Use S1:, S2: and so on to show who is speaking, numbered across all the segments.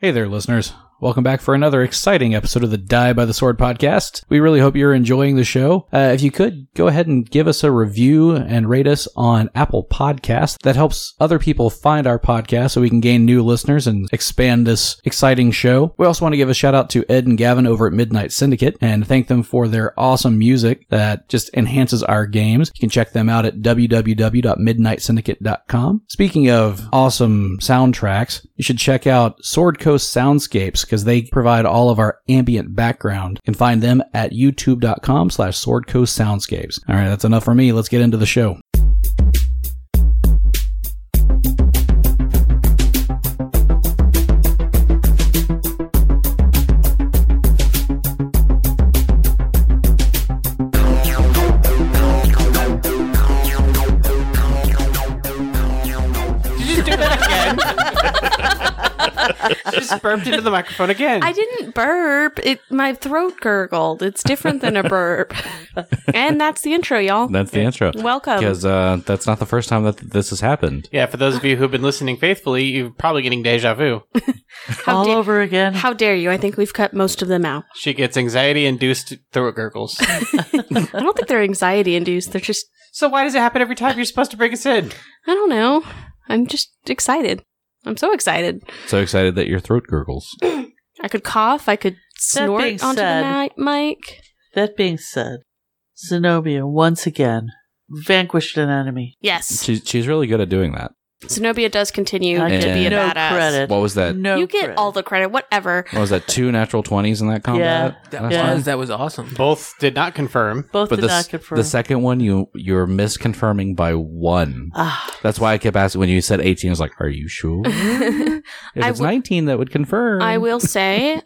S1: Hey there, listeners. Welcome back for another exciting episode of the Die by the Sword podcast. We really hope you're enjoying the show. Uh, if you could, go ahead and give us a review and rate us on Apple Podcasts. That helps other people find our podcast so we can gain new listeners and expand this exciting show. We also want to give a shout out to Ed and Gavin over at Midnight Syndicate and thank them for their awesome music that just enhances our games. You can check them out at www.midnightsyndicate.com. Speaking of awesome soundtracks, you should check out Sword Coast Soundscapes because they provide all of our ambient background. You can find them at youtube.com slash Sword Coast Soundscapes. All right, that's enough for me. Let's get into the show.
S2: Did you just do that again? just burped into the microphone again.
S3: I didn't burp. It my throat gurgled. It's different than a burp. and that's the intro, y'all.
S4: That's the intro.
S3: Welcome.
S4: Because uh, that's not the first time that th- this has happened.
S2: yeah, for those of you who've been listening faithfully, you're probably getting deja vu.
S3: How, da-
S5: over again.
S3: how dare you? I think we've cut most of them out.
S2: She gets anxiety induced throat gurgles.
S3: I don't think they're anxiety induced. They're just
S2: so why does it happen every time you're supposed to bring us in?
S3: I don't know. I'm just excited. I'm so excited.
S4: So excited that your throat gurgles.
S3: I could cough. I could snort
S5: being
S3: onto
S5: said-
S3: the mi- mic.
S5: that being said, Zenobia once again vanquished an enemy.
S3: Yes.
S4: She, she's really good at doing that.
S3: Zenobia does continue
S5: I
S3: to
S4: get
S3: be a
S5: no
S3: badass.
S5: credit.
S4: What was that?
S5: No,
S3: you get
S5: credit.
S3: all the credit, whatever.
S4: What was that? Two natural 20s in that combat?
S5: Yeah.
S4: Last
S5: Yeah.
S4: time?
S6: was- that was awesome.
S2: Both did not confirm.
S5: both
S4: But
S5: did
S4: the,
S5: not
S4: s-
S5: confirm.
S4: the second one, you, you're misconfirming by one.
S5: ah,
S4: That's why I kept asking when you said 18. I was like, are you sure? If
S3: I
S4: it's
S3: would-
S4: 19, that would confirm.
S5: Mm.
S3: I will say,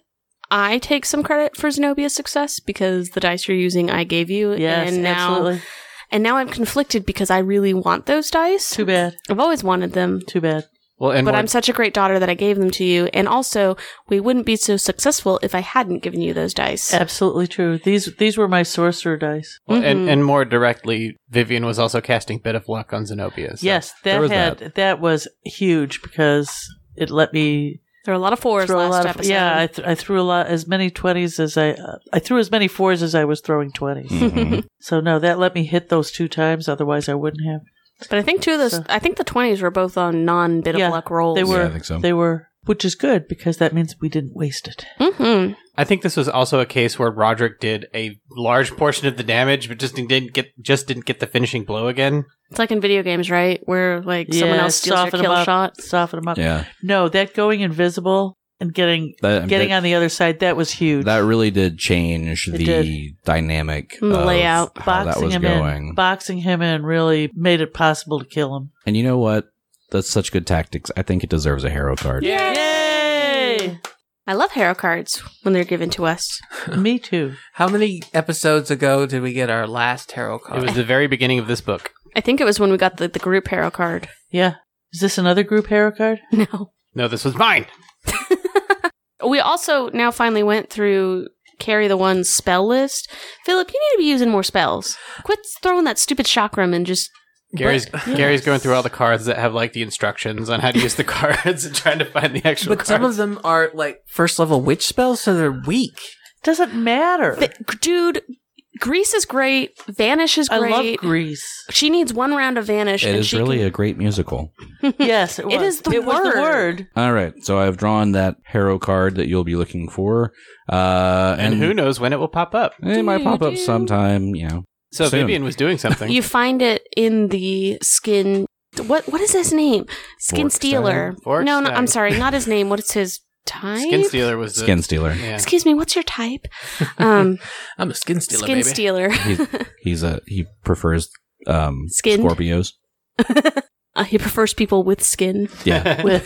S3: I take some credit for Zenobia's success because the dice you're using, I gave you,
S5: yes,
S3: and now
S5: absolutely.
S3: and now I'm conflicted because I really want those dice.
S5: Too Oh, bad.
S3: I've always wanted them,
S5: Too bad.
S2: Well, and
S3: but
S2: we're-
S3: I'm such a great daughter that I gave them to you, and also we wouldn't be so successful if I hadn't given you those dice.
S5: Absolutely true. These these were my sorcerer dice.
S2: well, and,
S3: Mhm.
S2: and more directly, Vivian was also casting Bit of Luck on Zenobia. so-
S5: yes,
S4: there
S5: that
S4: was
S5: had
S4: that.
S5: that. was huge because it let me
S3: there are a lot of fours
S5: throw a
S3: last
S5: lot of
S3: episode.
S5: yeah. I, th- I threw a lot as many twenties as I uh, I threw as many fours as I was throwing 20s
S4: Mhm.
S5: So no, that let me hit those two times. Otherwise, I wouldn't have.
S3: but I think two of those.
S5: So-
S3: I think the twenties were both on non bit
S5: Yeah,
S3: of luck rolls.
S5: They were.
S4: I think so.
S5: They were, which is good because that means we didn't waste it.
S3: hmm
S2: I think this was also a case where Roderick did a large portion of the damage, but just didn't get just didn't get the finishing blow again.
S3: It's like in video games, right? Where like someone
S5: Yeah,
S3: else steals your
S5: soften 'em
S3: kill
S5: up,
S3: shot.
S5: Soften them up.
S4: Yeah.
S5: No, that going invisible and getting
S4: That-
S5: getting
S4: that-
S5: on the other side that was huge.
S4: That really did change
S5: It
S4: the
S5: did. Mm,
S4: dynamic
S3: And the
S4: of
S3: layout.
S4: how
S5: boxing
S4: that was
S5: him
S4: going.
S5: in, boxing him in, really made it possible to kill him.
S4: And you know what? That's such good tactics. I think it deserves a hero card.
S5: Yay!
S3: I love hero cards when they're given to us.
S5: Me too.
S6: How many episodes ago did we get our last tarot
S2: It
S6: card?
S2: was the very beginning of this book.
S3: I think it was when we got the, the group hero card.
S5: Yeah. Is this another group hero card?
S3: No.
S2: No, this was mine.
S3: We also now finally went through carry the one spell list. Philip, you need to be using more spells. Quit throwing that stupid chakram and just
S2: Gary's
S3: But-
S2: Gary's going through all the cards that have like the instructions on how to use the cards and trying to find the actual
S6: but
S2: cards.
S6: some of them are like first level witch spells, so they're weak.
S5: Doesn't matter.
S3: Th- dude, Grease is great. Vanish is
S5: I
S3: great.
S5: love Greece.
S3: she needs one round of Vanish.
S4: It
S3: and
S4: is
S3: she
S4: really
S3: can-
S4: a great musical.
S5: Yes, it,
S3: It
S5: was.
S3: is the
S5: it Was
S3: word.
S5: the word.
S4: All right, so I've drawn that hero card that you'll be looking for, uh,
S2: and who knows when it will pop up.
S4: It might pop up sometime. You know,
S2: So
S4: Soon.
S2: Vivian was doing something.
S3: you find it in the skin. What What is his name? Skin
S4: Vorkstag?
S3: Stealer.
S2: Vorkstag.
S3: No, no, I'm sorry. Not his name. What is his type?
S2: Skin Stealer was the,
S4: skin stealer.
S2: Yeah.
S3: Excuse me, what's your type? Um,
S6: I'm a skin stealer,
S3: skin
S6: baby.
S3: stealer.
S4: He's, he's a he prefers um,
S3: Skinned?
S4: Scorpios.
S3: Uh, he prefers people with skin.
S4: Yeah,
S5: With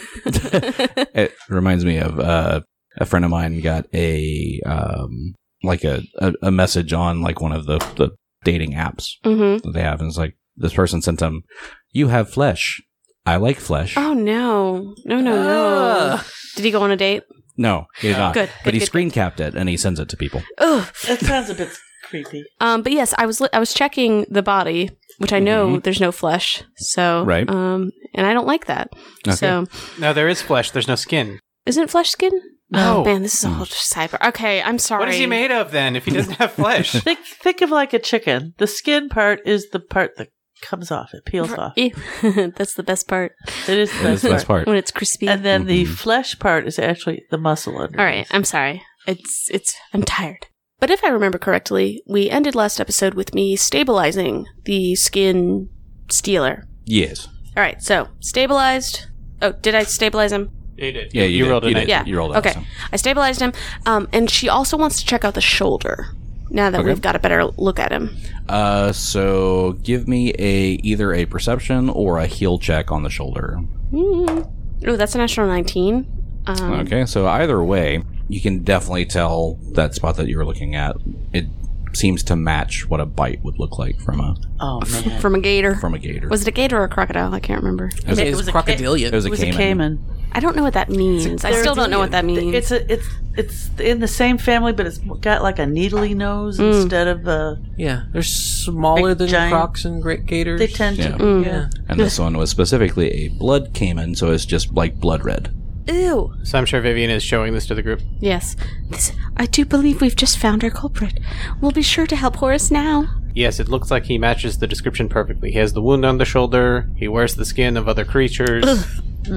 S4: it reminds me of uh, a friend of mine got a um, like a, a a message on like one of the the dating apps
S3: hmm
S4: that they have, and it's like this person sent him, "You have flesh. I like flesh."
S3: Oh no, no, no, no!
S6: Ah.
S3: Did he go on a date?
S4: No, he
S2: uh,
S4: did not.
S3: Good,
S4: Uh, but
S3: good,
S4: he
S3: good,
S4: screen capped it and he sends it to people.
S3: Ugh.
S5: that sounds a bit creepy.
S3: Um, but yes, I was li- I was checking the body, which I know there's no flesh, so
S4: Right.
S3: Um, and I don't like that.
S4: Okay.
S3: So
S2: No, there is flesh. There's no skin.
S3: Isn't flesh skin?
S2: No.
S3: Oh man, this is all just cyber. Okay, I'm sorry.
S2: What is he made of then? If he doesn't have flesh,
S5: Think think of like a chicken. The skin part is the part that comes off. It peels off. It
S3: Ew. That's the best part
S5: is the
S4: That is
S5: best
S4: the best
S5: part.
S4: part.
S3: when it's crispy.
S5: And then the
S6: Mm-hmm.
S4: Mhm.
S5: flesh part is actually the muscle under.
S3: All right, I'm sorry. It's it's I'm tired. But if I remember correctly, we ended last episode with me stabilizing the skin stealer.
S4: Yes.
S3: All right, so stabilized. Oh, did I stabilize him?
S2: you did.
S4: Yeah, you, did.
S2: rolled a
S4: you
S2: night.
S4: did.
S3: Yeah.
S4: You rolled it.
S3: Okay. I stabilized him. Um, and she also wants to check out the shoulder now that
S4: Okay.
S3: we've got a better look at him.
S4: Uh, so give me a either a perception or a heal check on the shoulder.
S3: Mm. Oh, that's a national 19. Um,
S4: Okay, so either way, you can definitely tell that spot that you were looking at. It seems to match what a bite would look like from a
S5: Oh man.
S3: From a gator.
S4: from a gator.
S3: Was it a gator or a crocodile? I can't remember.
S4: was
S6: It
S5: a- it
S6: was
S5: was a
S4: it
S6: crocodilian.
S4: was a
S5: It was a
S4: caiman.
S5: caiman.
S3: I don't know what that means. I still don't know what that means.
S5: It's a it's it's in the same family, but it's got like a needly nose
S3: Mm.
S5: instead of a.
S6: Yeah, they're smaller
S5: Big
S6: than
S5: giant-
S6: crocs and great gators.
S5: They tend
S4: Yeah.
S5: to.
S3: Mm.
S6: yeah.
S4: And this one was specifically a blood caiman, so it's just like blood red.
S3: Ew.
S2: So I'm sure Vivian is showing this to the group.
S3: Yes. This, I do believe we've just found our culprit. We'll be sure to help Horace now.
S2: Yes, it looks like he matches the description perfectly. He has the wound on the shoulder. He wears the skin of other creatures.
S3: Ah,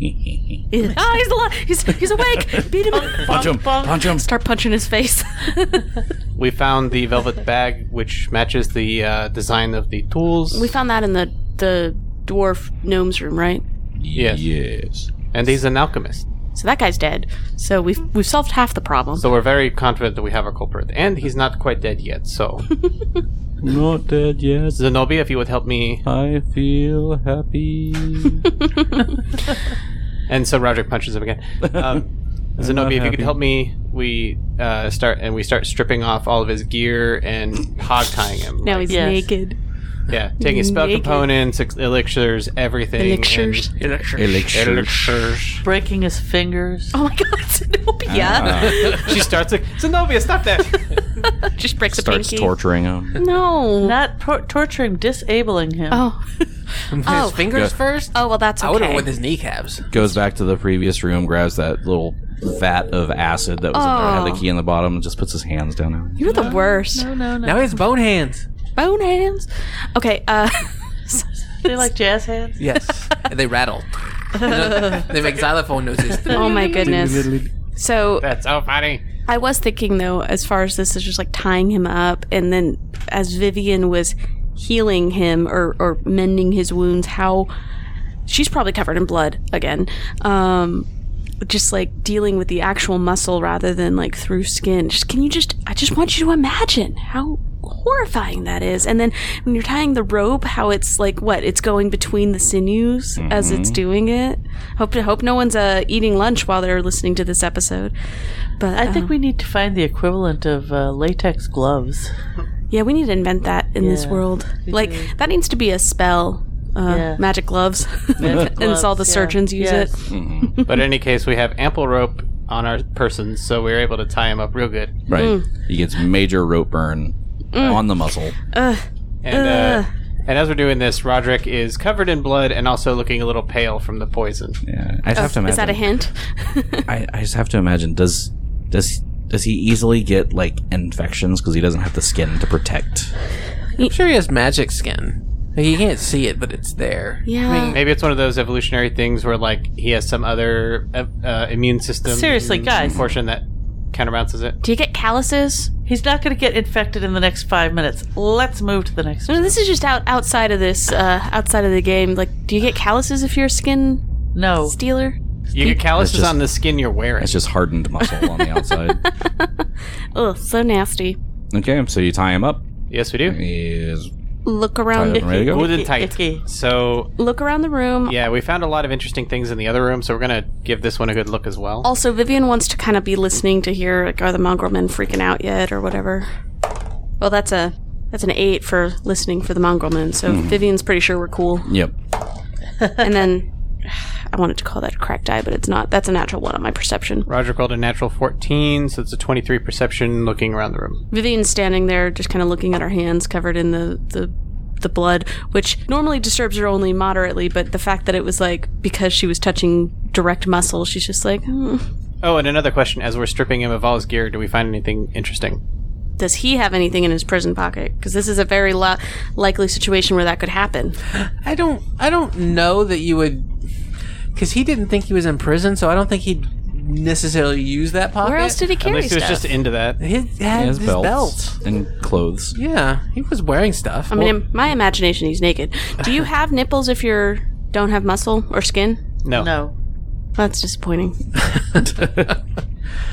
S3: he's alive. He's, he's awake. Beat him. up.
S4: Punch him! Punch him!
S3: Start punching his face.
S2: we found the velvet bag, which matches the uh, design of the tools.
S3: we found that in the, the dwarf gnome's room, right?
S2: Yes.
S4: Yes.
S2: and he's an alchemist.
S3: So that guy's dead. So we've we've solved half the problem.
S2: So we're very confident that we have our culprit. And he's not quite dead yet, so.
S4: Not dead yet.
S2: Zenobia, if you would help me.
S4: I feel happy.
S2: And so Roderick punches him again. Um, Zenobia, if you could
S4: happy.
S2: help me, we uh, start and we start stripping off all of his gear and hog tying him.
S3: now
S2: Like,
S3: he's
S5: Yes.
S3: naked.
S2: Yeah, taking spell
S3: Naked.
S2: components, ex- elixirs, everything. and-
S3: Elixirs.
S4: Elixir.
S2: Elixirs.
S5: Breaking his fingers.
S3: Oh my god, Zenobia.
S4: Ah,
S2: she starts like, Zenobia, stop that!
S3: Just breaks
S4: starts
S3: a pinky.
S4: torturing him.
S3: no.
S5: Not tor- torturing, disabling him.
S3: oh. Oh.
S6: His fingers
S4: Yeah.
S6: first.
S3: Oh, well, that's
S6: I would have
S3: okay.
S6: with his kneecaps.
S4: Goes back to the previous room, grabs that little vat of acid that was in there, had
S3: Oh.
S4: the key in the bottom, and just puts his hands down there.
S3: You're the worst.
S5: no, Oh, no.
S6: Now he has bone hands.
S3: Bone hands. Okay, uh.
S5: They like jazz hands.
S6: Yes, and they rattle. they make xylophone noises.
S3: oh my goodness. So
S2: That's so funny.
S3: I was thinking though, as far as this is just like tying him up, and then as Vivian was healing him or, or mending his wounds, how she's probably covered in blood again. Um, just like dealing with the actual muscle rather than like through skin. Just, can you just? I just want you to imagine how horrifying that is. And then when you're tying the rope, how it's like what it's going between the sinews as it's doing it. Hope hope no one's uh, eating lunch while they're listening to this episode. But
S5: I think we need to find the equivalent of uh, latex gloves.
S3: Yeah, we need to invent that in this
S5: Yeah,
S3: world. Like that needs to be a spell. Uh,
S5: Yeah.
S3: Magic gloves, and it's all the
S5: gloves, yeah.
S3: surgeons use
S5: Yes.
S3: it.
S2: But in any case, we have ample rope on our persons, so we're able to tie him up real good.
S4: Right. He gets major rope burn on the muscle.
S2: And uh, and as we're doing this, Roderick is covered in blood and also looking a little pale from the poison.
S4: Yeah. I just have to imagine.
S3: Oh, Is that a hint?
S4: I, I just have to imagine. Does does does he easily get like infections because he doesn't have the skin to protect?
S6: I'm sure he has magic skin. Like, you can't see it, but it's there.
S3: Yeah.
S2: Maybe it's one of those evolutionary things where like he has some other uh, uh, immune system.
S5: Seriously, guys.
S2: portion that counterbalances it.
S3: Do you get calluses?
S5: He's not going to get infected in the next five minutes. Let's move to the next.
S3: No, this is just out outside of this, uh, outside of the game. Like, do you get calluses if you're a skin
S5: No.
S3: stealer?
S2: You get calluses
S4: It's just-
S2: on the skin you're wearing.
S4: It's just hardened muscle on the outside.
S3: Ugh, so nasty.
S4: Okay, so you tie him up.
S2: yes, we do.
S4: He's
S3: Look
S4: tied
S3: around.
S4: up and ready to go.
S2: Wooden tight.
S5: Icky.
S2: So
S3: Look around the room.
S2: yeah, we found a lot of interesting things in the other room, so we're gonna give this one a good look as well.
S3: Also, Vivian wants to kind of be listening to hear like, are the mongrel men freaking out yet or whatever. Well, that's a that's an eight for listening for the mongrel men. So
S4: Hmm.
S3: Vivian's pretty sure we're cool.
S4: Yep.
S3: and then I wanted to call that a cracked eye, but it's not. That's a natural one on my perception.
S2: Roger rolled a natural 14, so it's a 23 perception looking around the room.
S3: Vivian's standing there, just kind of looking at her hands covered in the the the blood, which normally disturbs her only moderately, but the fact that it was like because she was touching direct muscle, she's just like, "Hmm."
S2: Oh, and another question: As we're stripping him of all his gear, do we find anything interesting?
S3: does he have anything in his prison pocket? Because this is a very lo- likely situation where that could happen.
S6: I don't. I don't know that you would, because he didn't think he was in prison, so I don't think he'd necessarily use that pocket.
S3: Where else did he carry
S2: Unless he was
S3: stuff?
S2: just into that.
S6: His, had his, belt.
S4: and clothes.
S6: Yeah, he was wearing stuff.
S3: I mean, in my imagination, he's naked. Do you have nipples if you don't have muscle or skin?
S2: No.
S5: No.
S3: That's disappointing.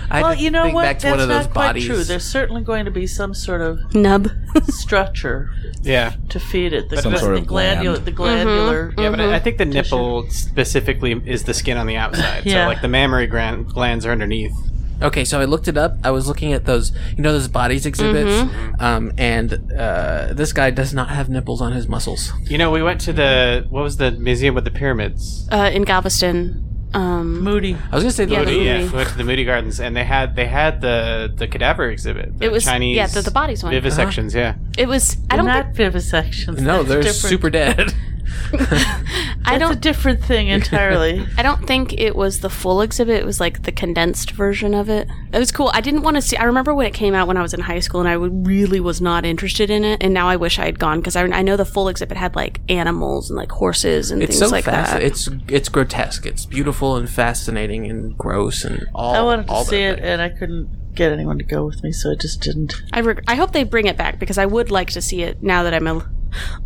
S6: I
S5: Well,
S6: just
S5: you know
S6: think
S5: what?
S6: Back to
S5: That's
S6: one of those
S5: not
S6: bodies.
S5: quite true. There's certainly going to be some sort of
S3: Nub.
S5: structure
S2: Yeah.
S5: to feed it. The,
S4: Some
S5: gla-
S4: sort
S5: the
S4: of
S5: glandular,
S4: gland.
S5: the glandular.
S3: Mm-hmm.
S2: Yeah, but I I think the
S3: Hm.
S2: nipple specifically is the skin on the outside.
S5: Yeah.
S2: So, like, the mammary gland, glands are underneath.
S6: Okay, so I looked it up. I was looking at those, you know, those bodies exhibits,
S5: Mm-hmm.
S6: um, and uh, this guy does not have nipples on his muscles.
S2: You know, we went to the, what was the museum with the pyramids?
S3: Uh, in Galveston. Um,
S5: Moody.
S6: I was gonna say the
S3: Yeah,
S6: little-
S3: Moody.
S2: Yeah, we went to the Moody Gardens, and they had they had the the cadaver exhibit. The
S3: It was-
S2: Chinese.
S3: yeah, the- Uh-huh. the bodies one.
S2: Vivisections, yeah.
S3: it was. I
S5: They're
S3: don't.
S5: not
S3: Think,
S5: vivisections.
S6: No,
S5: That's
S6: they're
S5: different.
S6: super dead.
S3: I
S5: That's a
S3: don't.
S5: different thing entirely.
S3: I don't think it was the full exhibit. It was like the condensed version of it. It was cool. I didn't want to see. I remember when it came out when I was in high school, and I would- really was not interested in it. And now I wish I had gone because I, I know the full exhibit had like animals and like horses and
S6: It's so
S3: things like
S6: fast.
S3: that.
S6: It's it's grotesque. It's beautiful and fascinating and gross and all.
S5: I wanted to
S6: all
S5: see
S6: the
S5: it, and I couldn't get anyone to go with me, so I just didn't.
S3: I, reg- I hope they bring it back because I would like to see it now that I'm a l-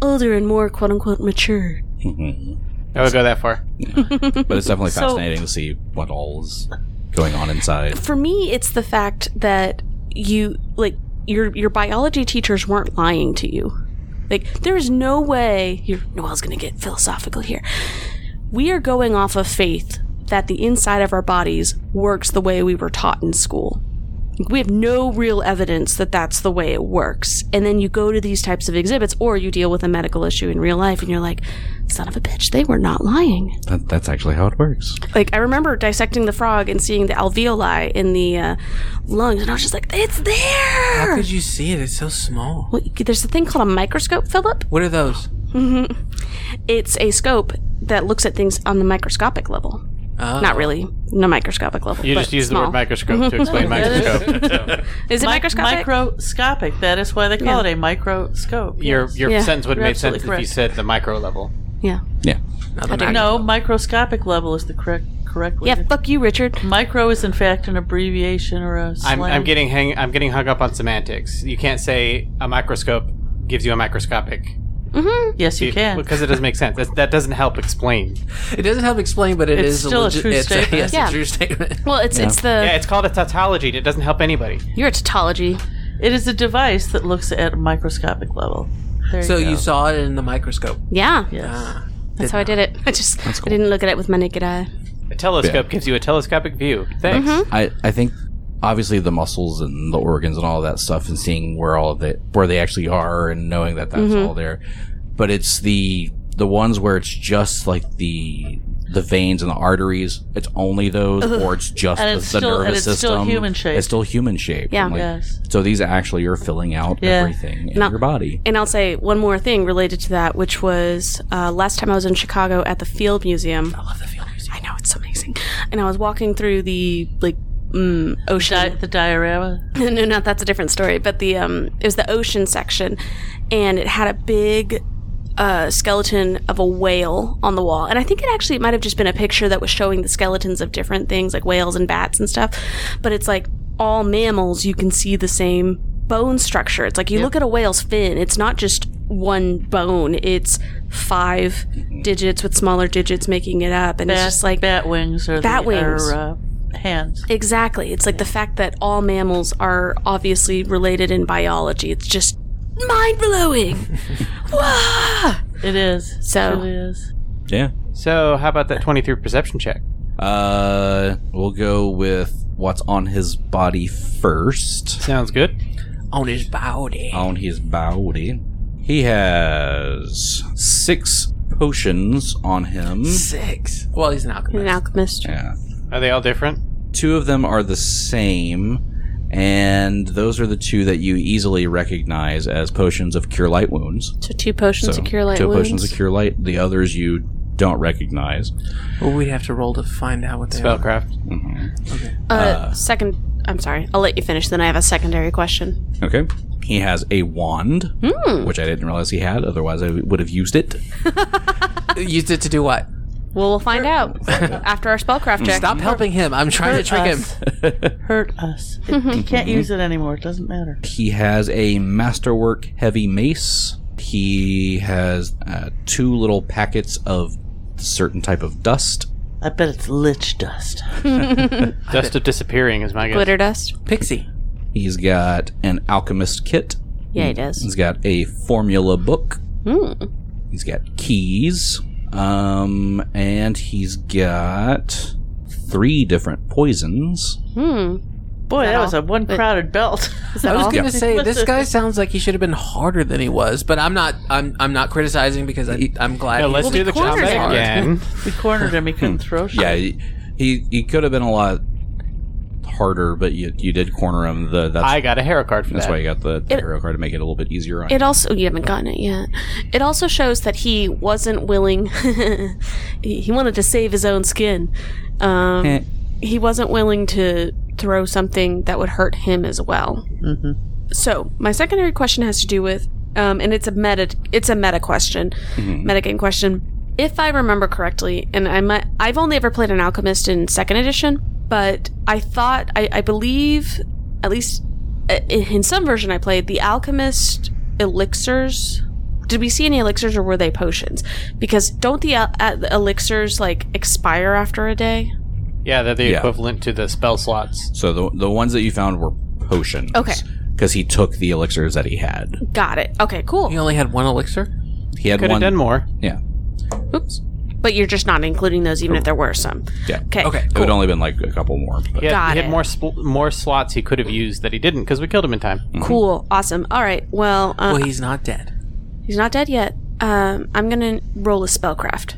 S3: older and more quote unquote mature.
S2: I would go that far.
S4: But it's definitely
S5: So-
S4: fascinating to see what all is going on inside.
S3: For me, it's the fact that you like your your biology teachers weren't lying to you. Like there is no way you're Noel's going to get philosophical here. We are going off of faith that the inside of our bodies works the way we were taught in school. we have no real evidence that that's the way it works. And then you go to these types of exhibits or you deal with a medical issue in real life and you're like, son of a bitch, they were not lying.
S4: That, that's actually how it works.
S3: Like, I remember dissecting the frog and seeing the alveoli in the uh, lungs and I was just like, it's
S6: How
S3: there!
S6: could you see it? It's so small.
S3: Well, you- There's a thing called a microscope, Philip.
S6: What are those?
S3: It's a scope that looks at things on the microscopic level.
S6: Oh.
S3: Not really, no microscopic level.
S2: You
S3: but
S2: just use
S3: small.
S2: the word microscope to explain microscope. So
S3: Is it
S5: Mi-
S3: microscopic?
S5: Microscopic. That is why they call
S3: Yeah.
S5: it a microscope.
S2: your
S5: yes.
S2: your
S3: Yeah.
S2: sentence would
S5: You're
S2: have made sense
S5: absolutely
S2: if you
S5: correct.
S2: said the micro level.
S3: yeah.
S4: Yeah.
S6: Not the
S3: I don't
S6: mag-
S5: no microscopic level is the correct correct way.
S3: Yeah,
S5: to-
S3: fuck you, Richard.
S5: Micro is in fact an abbreviation or a slang.
S2: I'm, I'm getting hang, I'm getting hung up on semantics. You can't say a microscope gives you a microscopic
S5: Yes, you can.
S2: because it doesn't make sense. That, that doesn't help explain.
S6: It doesn't help explain, but it
S5: It's
S6: is
S5: still a
S6: legit-
S5: true
S6: it's
S5: statement.
S6: yes,
S3: Yeah.
S6: a true statement.
S3: Well, it's it's the
S2: Yeah, it's called a tautology. and It doesn't help anybody.
S3: you're a tautology.
S5: It is a device that looks at a microscopic level. There
S6: So
S5: you go.
S6: you saw it in the microscope.
S3: Yeah,
S5: Yes.
S3: that's how I did it. I just I didn't look at it with my naked eye.
S2: A telescope gives you a telescopic view. Thanks.
S3: Mm-hmm.
S5: Mm-hmm.
S4: I, I think obviously the muscles and the organs and all that stuff and seeing where all of it where they actually are and knowing that that's
S5: Mm-hmm.
S4: all there. But it's the the ones where it's just like the the veins and the arteries. It's only those, or it's just
S5: And
S4: the,
S5: it's
S4: the
S5: still-
S4: nervous
S5: and it's still
S4: system.
S5: human-shaped.
S4: It's still human shaped.
S3: Yeah.
S5: Yes.
S4: So these actually are filling out
S5: Yeah.
S4: everything in
S3: Now-
S4: your body.
S3: And I'll say one more thing related to that, which was uh, last time I was in Chicago at the Field Museum. I love the Field Museum. I know it's amazing. And I was walking through the like mm, ocean.
S5: Di- the diorama.
S3: no, not that's a different story. But the um, it was the ocean section, and it had a big uh, skeleton of a whale on the wall. And I think it actually it might have just been a picture that was showing the skeletons of different things like whales and bats and stuff. But it's like all mammals, you can see the same bone structure. It's like you look at a whale's fin; it's not just one bone; it's five digits with smaller digits making it up, and
S5: Bat,
S3: it's just like
S5: bat wings or
S3: Bat
S5: the, or,
S3: wings.
S5: uh, hands.
S3: Exactly. It's like the fact that all mammals are obviously related in biology. It's just mind blowing.
S5: It is.
S3: So-
S5: it really is.
S4: Yeah.
S2: So how about that twenty three perception check?
S4: Uh, we'll go with what's on his body first.
S2: Sounds good.
S6: On his body.
S4: on his body. He has six potions on him.
S6: Six. Well, he's an alchemist.
S3: An alchemist.
S4: Yeah.
S2: Are they all different?
S4: Two of them are the same, and those are the two that you easily recognize as potions of cure light wounds.
S3: So two potions
S4: So,
S3: to cure light
S4: two
S3: wounds.
S4: potions of cure light. The others you don't recognize.
S6: Well, we have to roll to find out what they
S3: Mm-hmm.
S6: are.
S2: Spellcraft.
S3: uh, second. I'm sorry. I'll let you finish. Then I have a secondary question.
S4: Okay. He has a wand, which I didn't realize he had. Otherwise, I would have used it.
S6: Used it to do what?
S3: Well, we'll find out after our spellcraft check.
S6: Stop helping him. I'm trying to trick him.
S5: us. Hurt us. It, you can't use it anymore. It doesn't matter.
S4: He has a masterwork heavy mace. He has uh, two little packets of certain type of dust.
S5: I bet it's lich dust.
S2: Dust of disappearing is my guess.
S3: Glitter dust.
S6: Pixie.
S4: He's got an alchemist kit.
S3: Yeah, it is.
S4: He's got a formula book.
S3: Mm.
S4: He's got keys. Um, and he's got three different poisons.
S3: Hmm.
S5: Boy, that,
S3: that
S5: was a one crowded belt.
S3: Is that
S6: I was
S3: all?
S6: gonna say
S5: What's
S6: this
S5: the-
S6: guy sounds like he should have been harder than he was, but I'm not. I'm I'm not criticizing because I, I'm glad.
S2: No,
S6: he-
S2: let's
S3: Well,
S2: do the
S3: the corners
S2: combat
S3: are.
S2: again.
S5: we cornered him. He couldn't
S6: Hmm.
S5: throw shit.
S4: Yeah, he he, he could have been a lot harder, but you you did corner him. The that's
S2: I got a hero card for
S4: that's
S2: that.
S4: why you got the, the
S3: It-
S4: hero card to make it a little bit easier on.
S3: It also you haven't gotten it yet. It also shows that he wasn't willing. he he wanted to save his own skin. Um, he wasn't willing to throw something that would hurt him as well. So my secondary question has to do with, um, and it's a meta it's a meta question, metagame question. If I remember correctly, and I might, I've only ever played an alchemist in second edition, but I thought I, I believe at least uh, in in some version I played the alchemist elixirs. Did we see any elixirs or were they potions? Because don't the el- uh, the elixirs like expire after a day?
S2: Yeah, they're the
S4: Yeah.
S2: equivalent to the spell slots.
S4: So the the ones that you found were potions.
S3: Okay.
S4: Because he took the elixirs that he had.
S3: Got it. Okay, cool.
S6: He only had one elixir.
S4: He had
S2: Could
S4: one.
S2: have done more.
S4: Yeah.
S3: Oops. But you're just not including those, even if there were some.
S4: Yeah.
S3: Okay.
S6: Okay.
S4: It would only been like a couple more. But
S2: He had,
S3: Got
S2: he had
S3: it.
S2: more spl- more slots he could have used that he didn't because we killed him in time.
S3: Cool. Awesome. All right. Well, uh,
S6: Well, he's not dead.
S3: he's not dead yet. Um, I'm gonna roll a spellcraft.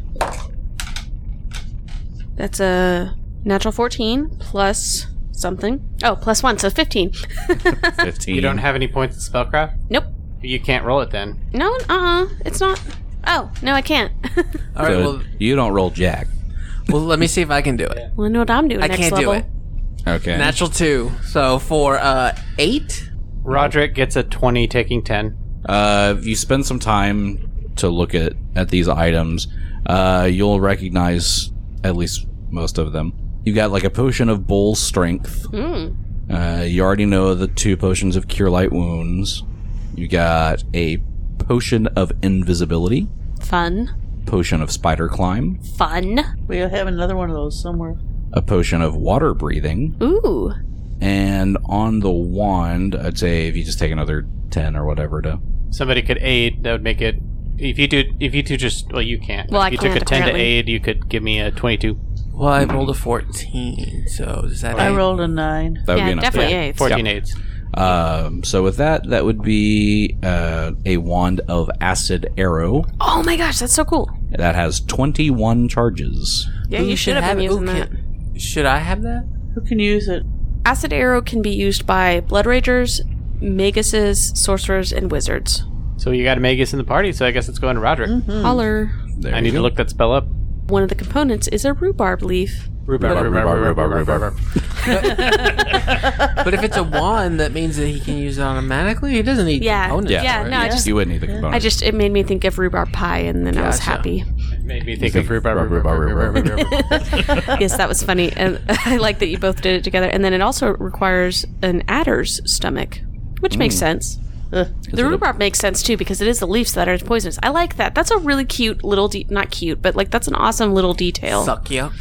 S3: That's a natural 14 plus something. Oh, plus one, so 15.
S4: fifteen.
S2: You don't have any points in spellcraft.
S3: Nope.
S2: You can't roll it then.
S3: No. Uh. uh It's not. Oh no, I can't.
S6: All right.
S4: So
S6: Well,
S4: you don't roll jack.
S6: well, let me see if I can do it.
S3: well, I know what I'm doing
S6: I
S3: next
S6: can't
S3: level.
S6: do it.
S4: Okay.
S6: Natural two. So for uh eight.
S2: Roderick gets a twenty, taking ten.
S4: Uh, if you spend some time to look at at these items, uh, you'll recognize at least most of them. You got like a potion of bull strength. Uh, you already know the two potions of cure light wounds. You got a potion of invisibility,
S3: Fun.
S4: potion of spider climb,
S3: Fun.
S5: We have another one of those somewhere.
S4: a potion of water breathing,
S3: Ooh.
S4: and on the wand, I'd say if you just take another ten or whatever to
S2: Somebody could aid. That would make it. If you do, if you two just well, you can't.
S3: Well,
S2: if
S3: I
S2: you took
S3: can't,
S2: a ten
S3: apparently.
S2: to aid, you could give me a twenty-two.
S6: Well, I rolled a fourteen. So does that?
S5: I
S6: aid?
S5: rolled a nine.
S4: that would be
S3: yeah,
S4: enough.
S3: definitely
S2: Yeah,
S3: aids.
S2: Fourteen aids.
S4: Um, so with that, that would be uh, a wand of acid arrow
S3: Oh my gosh, that's so cool.
S4: that has 21 charges.
S3: Yeah,
S6: Ooh,
S3: you should have been
S6: it. Ooh,
S3: using that.
S6: can- Should I have that?
S5: Who can use it?
S3: Acid arrow can be used by blood ragers, maguses, sorcerers, and wizards.
S2: So you got a Magus in the party. So I guess it's going to Roderick.
S3: Mm-hmm.
S6: Hmm.
S3: Holler.
S4: There
S2: I
S4: you
S2: need
S4: go.
S2: to look that spell up.
S3: One of the components is a rhubarb leaf.
S2: Rhubarb,
S4: Rhubarb,
S2: rhubarb,
S4: rhubarb,
S2: rhubarb,
S4: rhubarb,
S2: rhubarb.
S6: But if it's a wand, that means that he can use it automatically. He doesn't need
S3: Yeah.
S6: components.
S4: Yeah,
S3: Yeah,
S4: right.
S3: no, I just
S4: You would need the component.
S3: I just it made me think of rhubarb pie and then I was
S6: Gotcha.
S3: happy.
S2: Made me think of rhubarb,
S4: Rhubarb,
S2: rhubarb,
S4: rhubarb,
S2: rhubarb, rhubarb. rhubarb.
S3: yes, that was funny. And I like that you both did it together. And then it also requires an adder's stomach, which makes sense.
S5: Ugh.
S3: The rhubarb makes sense too because it is the leaves that are poisonous. I like that. That's a really cute little, de- not cute, but like that's an awesome little detail.
S6: Suck you.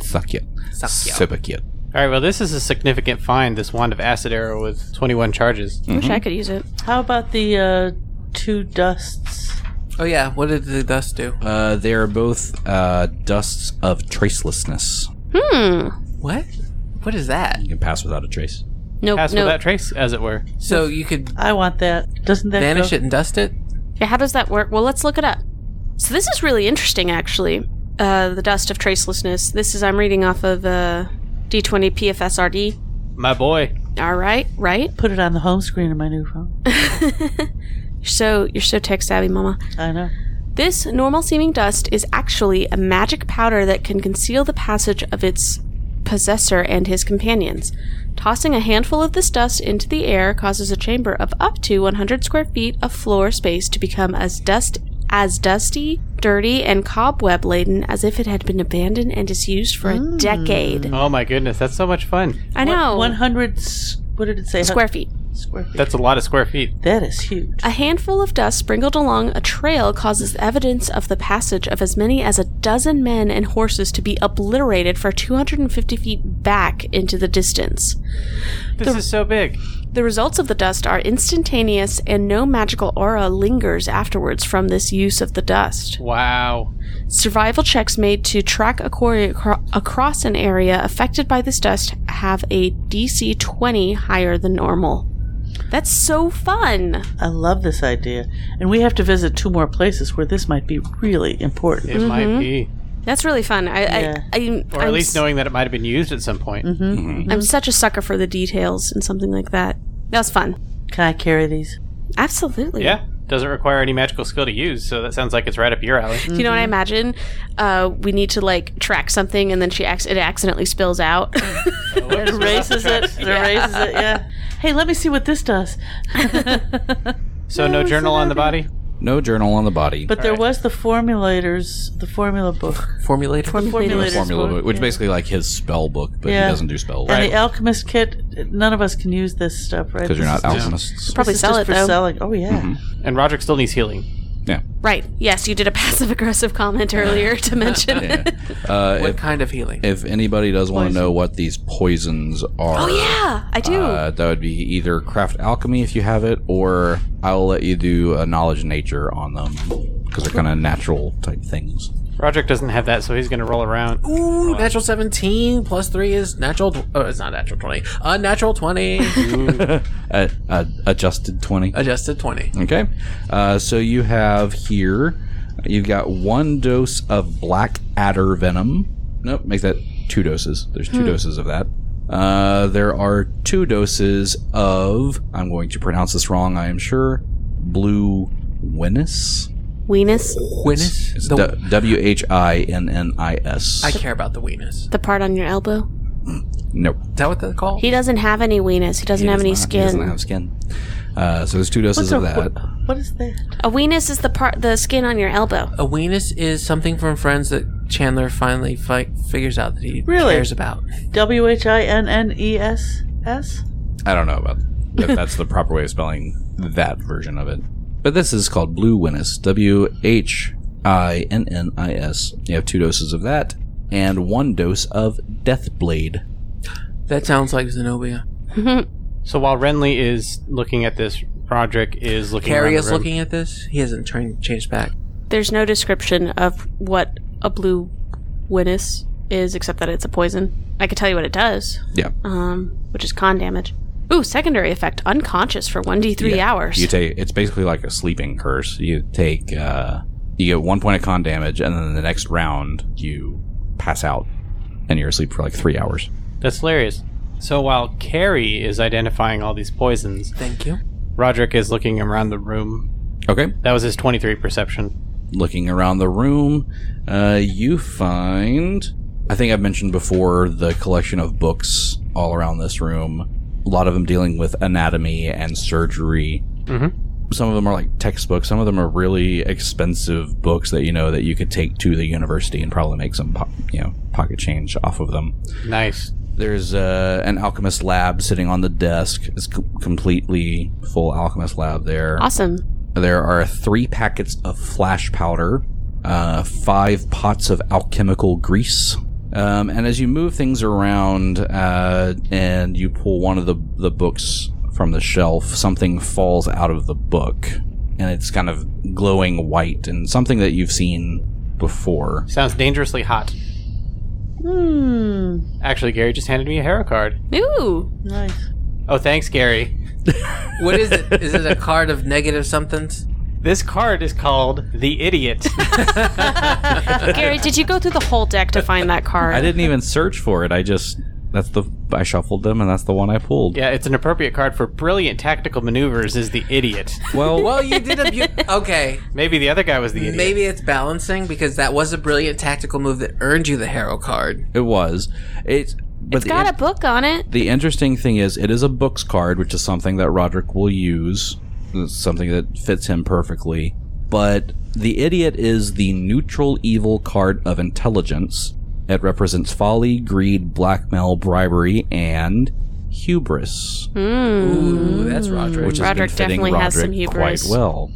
S4: suck it.
S6: Suck you.
S4: Sip it. kid.
S2: All right. Well, this is a significant find. This wand of acid arrow with twenty-one charges.
S3: Wish I could use it.
S5: How about the uh, two dusts?
S6: Oh yeah. What did the dust do?
S4: Uh, they are both uh, dusts of tracelessness.
S6: What? What is that?
S4: You can pass without a trace.
S3: No,
S2: Pass
S3: no.
S2: without trace, as it were.
S6: So you could
S5: I want that. Doesn't that
S6: vanish
S5: go-
S6: it and dust it?
S3: Yeah, how does that work? Well, let's look it up. So this is really interesting, actually. Uh, the dust of tracelessness. This is I'm reading off of uh, D20 PFSRD.
S2: My boy.
S3: All All right, right.
S5: Put it on the home screen of my new phone.
S3: You're so you're so tech savvy, Mama.
S5: I know.
S3: This normal seeming dust is actually a magic powder that can conceal the passage of its possessor and his companions. Tossing a handful of this dust into the air causes a chamber of up to 100 square feet of floor space to become as dust as dusty, dirty, and cobweb laden as if it had been abandoned and disused for a decade.
S2: Oh my goodness, that's so much fun.
S3: I know.
S5: Hmm. One hundred. What did it say?
S3: square feet.
S5: Square feet.
S2: That's a lot of square feet.
S5: That is huge.
S3: A handful of dust sprinkled along a trail causes evidence of the passage of as many as a dozen men and horses to be obliterated for 250 feet back into the distance.
S2: This is so big.
S3: The results of the dust are instantaneous, and no magical aura lingers afterwards from this use of the dust.
S2: Wow.
S3: Survival checks made to track a quarry acro- across an area affected by this dust have a DC 20 higher than normal. That's so fun!
S5: I love this idea, and we have to visit two more places where this might be really important.
S2: It might be.
S3: That's really fun. I,
S5: Yeah.
S3: I, I,
S2: Or at
S3: I'm
S2: least knowing that it might have been used at some point.
S3: I'm such a sucker for the details and something like that. That was fun.
S5: Can I carry these?
S3: Absolutely.
S2: Yeah. Doesn't require any magical skill to use, so that sounds like it's right up your alley.
S3: Do you know what I
S4: Mm-hmm.
S3: imagine? Uh, we need to like track something, and then she acc- it accidentally spills out.
S5: It erases it. It erases it. Yeah. Hey, let me see what this does.
S2: So no journal on the body?
S4: No journal on the body.
S5: But there
S2: right.
S5: was the formulators, the formula book,
S6: Formulated.
S4: The
S5: formulators
S4: formula,
S5: book,
S4: book, which
S5: yeah.
S4: basically like his spell book, but
S5: Yeah.
S4: he doesn't do spells
S5: and the alchemist kit. None of us can use this stuff, right?
S4: because you're not
S5: This is just-
S4: alchemists. Mm-hmm.
S3: Probably
S5: this is
S3: sell
S5: just
S3: it
S5: for
S3: though.
S5: selling. Oh yeah.
S2: And Roderick still needs healing.
S3: Right. Yes, you did a passive aggressive comment earlier to mention.
S4: Yeah. Uh,
S6: What
S4: if,
S6: kind of healing?
S4: if anybody does want to know what these poisons are,
S3: Oh yeah, I do.
S4: uh, that would be either craft alchemy if you have it, or I will let you do a knowledge of nature on them because they're kind of natural type things.
S2: Roderick doesn't have that, so he's going to roll around.
S6: Ooh, natural 17 plus 3 is natural. Tw- oh, it's not natural 20. Unnatural 20.
S4: Uh, uh, adjusted twenty.
S6: Adjusted 20.
S4: Okay. Uh, so you have here, you've got one dose of black adder venom. Nope, make that two doses. There's two doses of that. Uh, there are two doses of, I'm going to pronounce this wrong, I am sure, blue winnis.
S3: Weenus,
S6: Weenus?
S4: It's
S6: The-
S4: D- Uh, W H I N N I S.
S6: I care about the weenus.
S3: the part on your elbow.
S4: Nope.
S6: Is that what they're called?
S3: He doesn't have any weenus. He doesn't have
S4: Does
S3: any
S4: not-
S3: skin.
S4: Doesn't have skin. Uh, so there's two doses
S5: So
S4: of that.
S5: wh- what is that?
S3: a weenus is the part, the skin on your elbow.
S4: Oh.
S6: a weenus is something from Friends that Chandler finally fi- figures out that he
S5: Really?
S6: cares about.
S5: W h i n n e s s.
S4: I don't know about if that's the proper way of spelling that version of it. But this is called Blue Winnis. W H I N N I S. You have two doses of that and one dose of Death Blade.
S6: That sounds like Zenobia.
S2: So while Renly is looking at this, Roderick is looking around
S6: Carrie
S2: the
S6: is
S2: room.
S6: looking at this. He hasn't turned changed back.
S3: There's no description of what a blue weenus is, except that it's a poison. I could tell you what it does.
S4: Yeah.
S3: um, which is con damage. Ooh, secondary effect, unconscious for 1d3
S4: Yeah.
S3: hours.
S4: You take it's basically like a sleeping curse. You take uh you get one point of con damage and then the next round you pass out and you're asleep for like three hours.
S2: That's hilarious. So while Carrie is identifying all these poisons,
S6: Thank you.
S2: Roderick is looking around the room.
S4: Okay.
S2: That was his 23 perception.
S4: looking around the room, uh, you find. I think I've mentioned before the collection of books all around this room. A lot of them dealing with anatomy and surgery.
S2: Mhm.
S4: Some of them are like textbooks. Some of them are really expensive books that you know that you could take to the university and probably make some, po- you know, pocket change off of them.
S2: Nice.
S4: There's uh, an alchemist lab sitting on the desk. It's co- completely full alchemist lab there.
S3: Awesome.
S4: There are three packets of flash powder, uh, five pots of alchemical grease. Um, and as you move things around uh, and you pull one of the, the books from the shelf, something falls out of the book. And it's kind of glowing white and something that you've seen before.
S2: Sounds dangerously hot.
S5: Hmm.
S2: Actually, Gary just handed me a hero card.
S3: Ooh,
S5: Nice.
S2: Oh, thanks, Gary.
S6: What is it? is it a card of negative somethings?
S2: This card is called the idiot.
S3: Gary, did you go through the whole deck to find that card?
S4: I didn't even search for it. I just. That's the I shuffled them, and that's the one I pulled.
S2: Yeah, it's an appropriate card for brilliant tactical maneuvers. Is the idiot?
S4: Well,
S6: Well, Oh, you did a beaut okay.
S2: Maybe the other guy was the idiot.
S6: Maybe it's balancing because that was a brilliant tactical move that earned you the Harrow card.
S4: it was. It's but
S3: It's
S4: the
S3: got
S4: in-
S3: a book on it.
S4: The interesting thing is, it is a books card, which is something that Roderick will use. It's something that fits him perfectly. But the idiot is the neutral evil card of intelligence. It represents folly, greed, blackmail, bribery, and hubris,
S6: Ooh, that's Roderick.
S4: which
S3: Hmm. Roderick
S4: is fitting
S3: definitely
S4: Roderick
S3: has some hubris.
S4: quite well.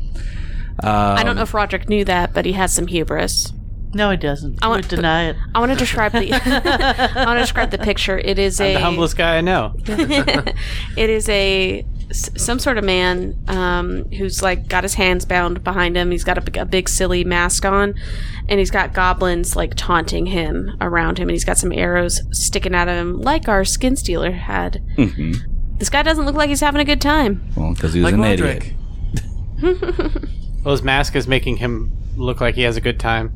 S3: I
S4: um,
S3: don't know if Roderick knew that, but he has some hubris.
S5: No, he doesn't. I
S3: want-
S5: would deny it.
S3: I want to describe the. I want to describe the picture. It is a
S2: the humblest guy I know.
S3: it is a s- some sort of man um, who's like got his hands bound behind him. He's got a, big- a big silly mask on, and he's got goblins like taunting him around him, and he's got some arrows sticking out of him, like our skin stealer had.
S2: Mm-hmm.
S3: This guy doesn't look like he's having a good time.
S4: Well, because he's
S6: Like
S4: an
S6: Roderick.
S4: idiot.
S2: Well, his mask is making him look like he has a good time,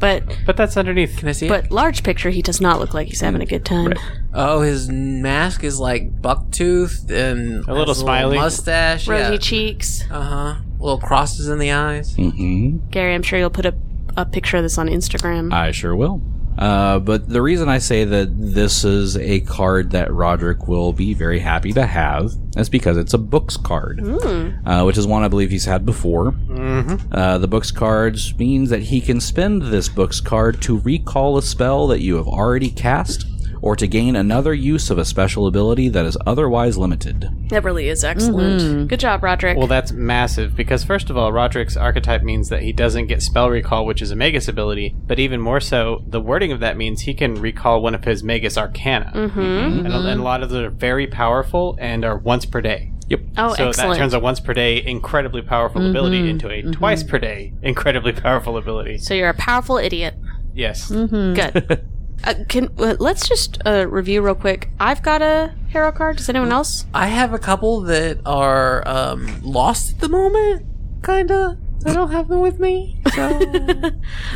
S3: But
S2: but that's underneath.
S6: Can I see it?
S3: but large picture, he does not look like he's having a good time.
S6: Oh, his mask is like buck toothed and has a
S2: little smiley.
S6: mustache.
S3: Rosy
S6: Yeah.
S3: cheeks,
S6: uh huh. Little crosses in the eyes.
S4: hmm
S3: Gary. I'm sure you'll put a a picture of this on Instagram.
S4: I sure will. Uh, but the reason I say that this is a card that Roderick will be very happy to have is because it's a books card, uh, which is one I believe he's had before. Mm-hmm. Uh, the books cards means that he can spend this books card to recall a spell that you have already cast, or to gain another use of a special ability that is otherwise limited.
S3: that really is excellent. Mm-hmm. Good job, Roderick.
S2: Well, that's massive because first of all, Roderick's archetype means that he doesn't get spell recall, which is a Magus ability. But even more so, the wording of that means he can recall one of his Magus Arcana, mm-hmm. and, a, and a lot of those are very powerful and are once per day.
S4: Yep.
S3: oh,
S2: so
S3: excellent. Mm-hmm.
S2: that turns a once per day incredibly powerful ability into a twice per day incredibly powerful ability.
S3: So you're a powerful idiot.
S2: Yes.
S3: Mm-hmm. Good. Uh, can uh, let's just uh, review real quick. I've got a hero card. Does anyone else?
S6: I have a couple that are um, lost at the moment, kinda. I don't have them with me. So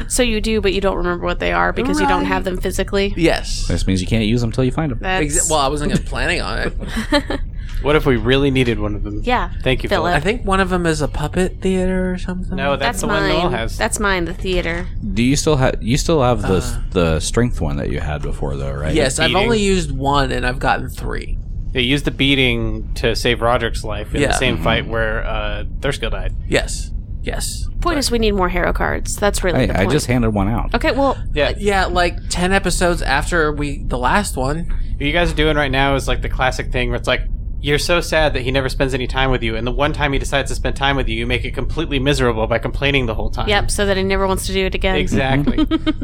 S3: So you do, but you don't remember what they are because you don't have them physically.
S6: yes.
S4: This means you can't use them until you find them.
S3: That's,
S6: Exa- well, I wasn't gonna planning on it.
S2: What if we really needed one of them?
S3: yeah.
S2: Thank you,
S3: Philip.
S6: I think one of them is a puppet theater or something.
S2: No, that's,
S3: That's
S2: the
S3: mine.
S2: one Noel has.
S3: That's mine. The theater.
S4: Do you still have you still have the the strength one that you had before though, right?
S6: Yes, I've
S2: Beating.
S6: only used one and I've gotten three.
S2: They used the beating to save Roderick's life in
S6: Yeah.
S2: the same fight where uh, Thurskill died.
S6: Yes. Yes.
S3: Point is, we need more hero cards. That's really
S4: Hey,
S3: the
S4: I
S3: point.
S4: just handed one out.
S3: okay. Well,
S2: Yeah,
S6: Yeah, like ten episodes after we the last one.
S2: what you guys are doing right now is like the classic thing where it's like you're so sad that he never spends any time with you, and the one time he decides to spend time with you, you make it completely miserable by complaining the whole time.
S3: yep. So that he never wants to do it again.
S2: Exactly.
S5: Mm-hmm.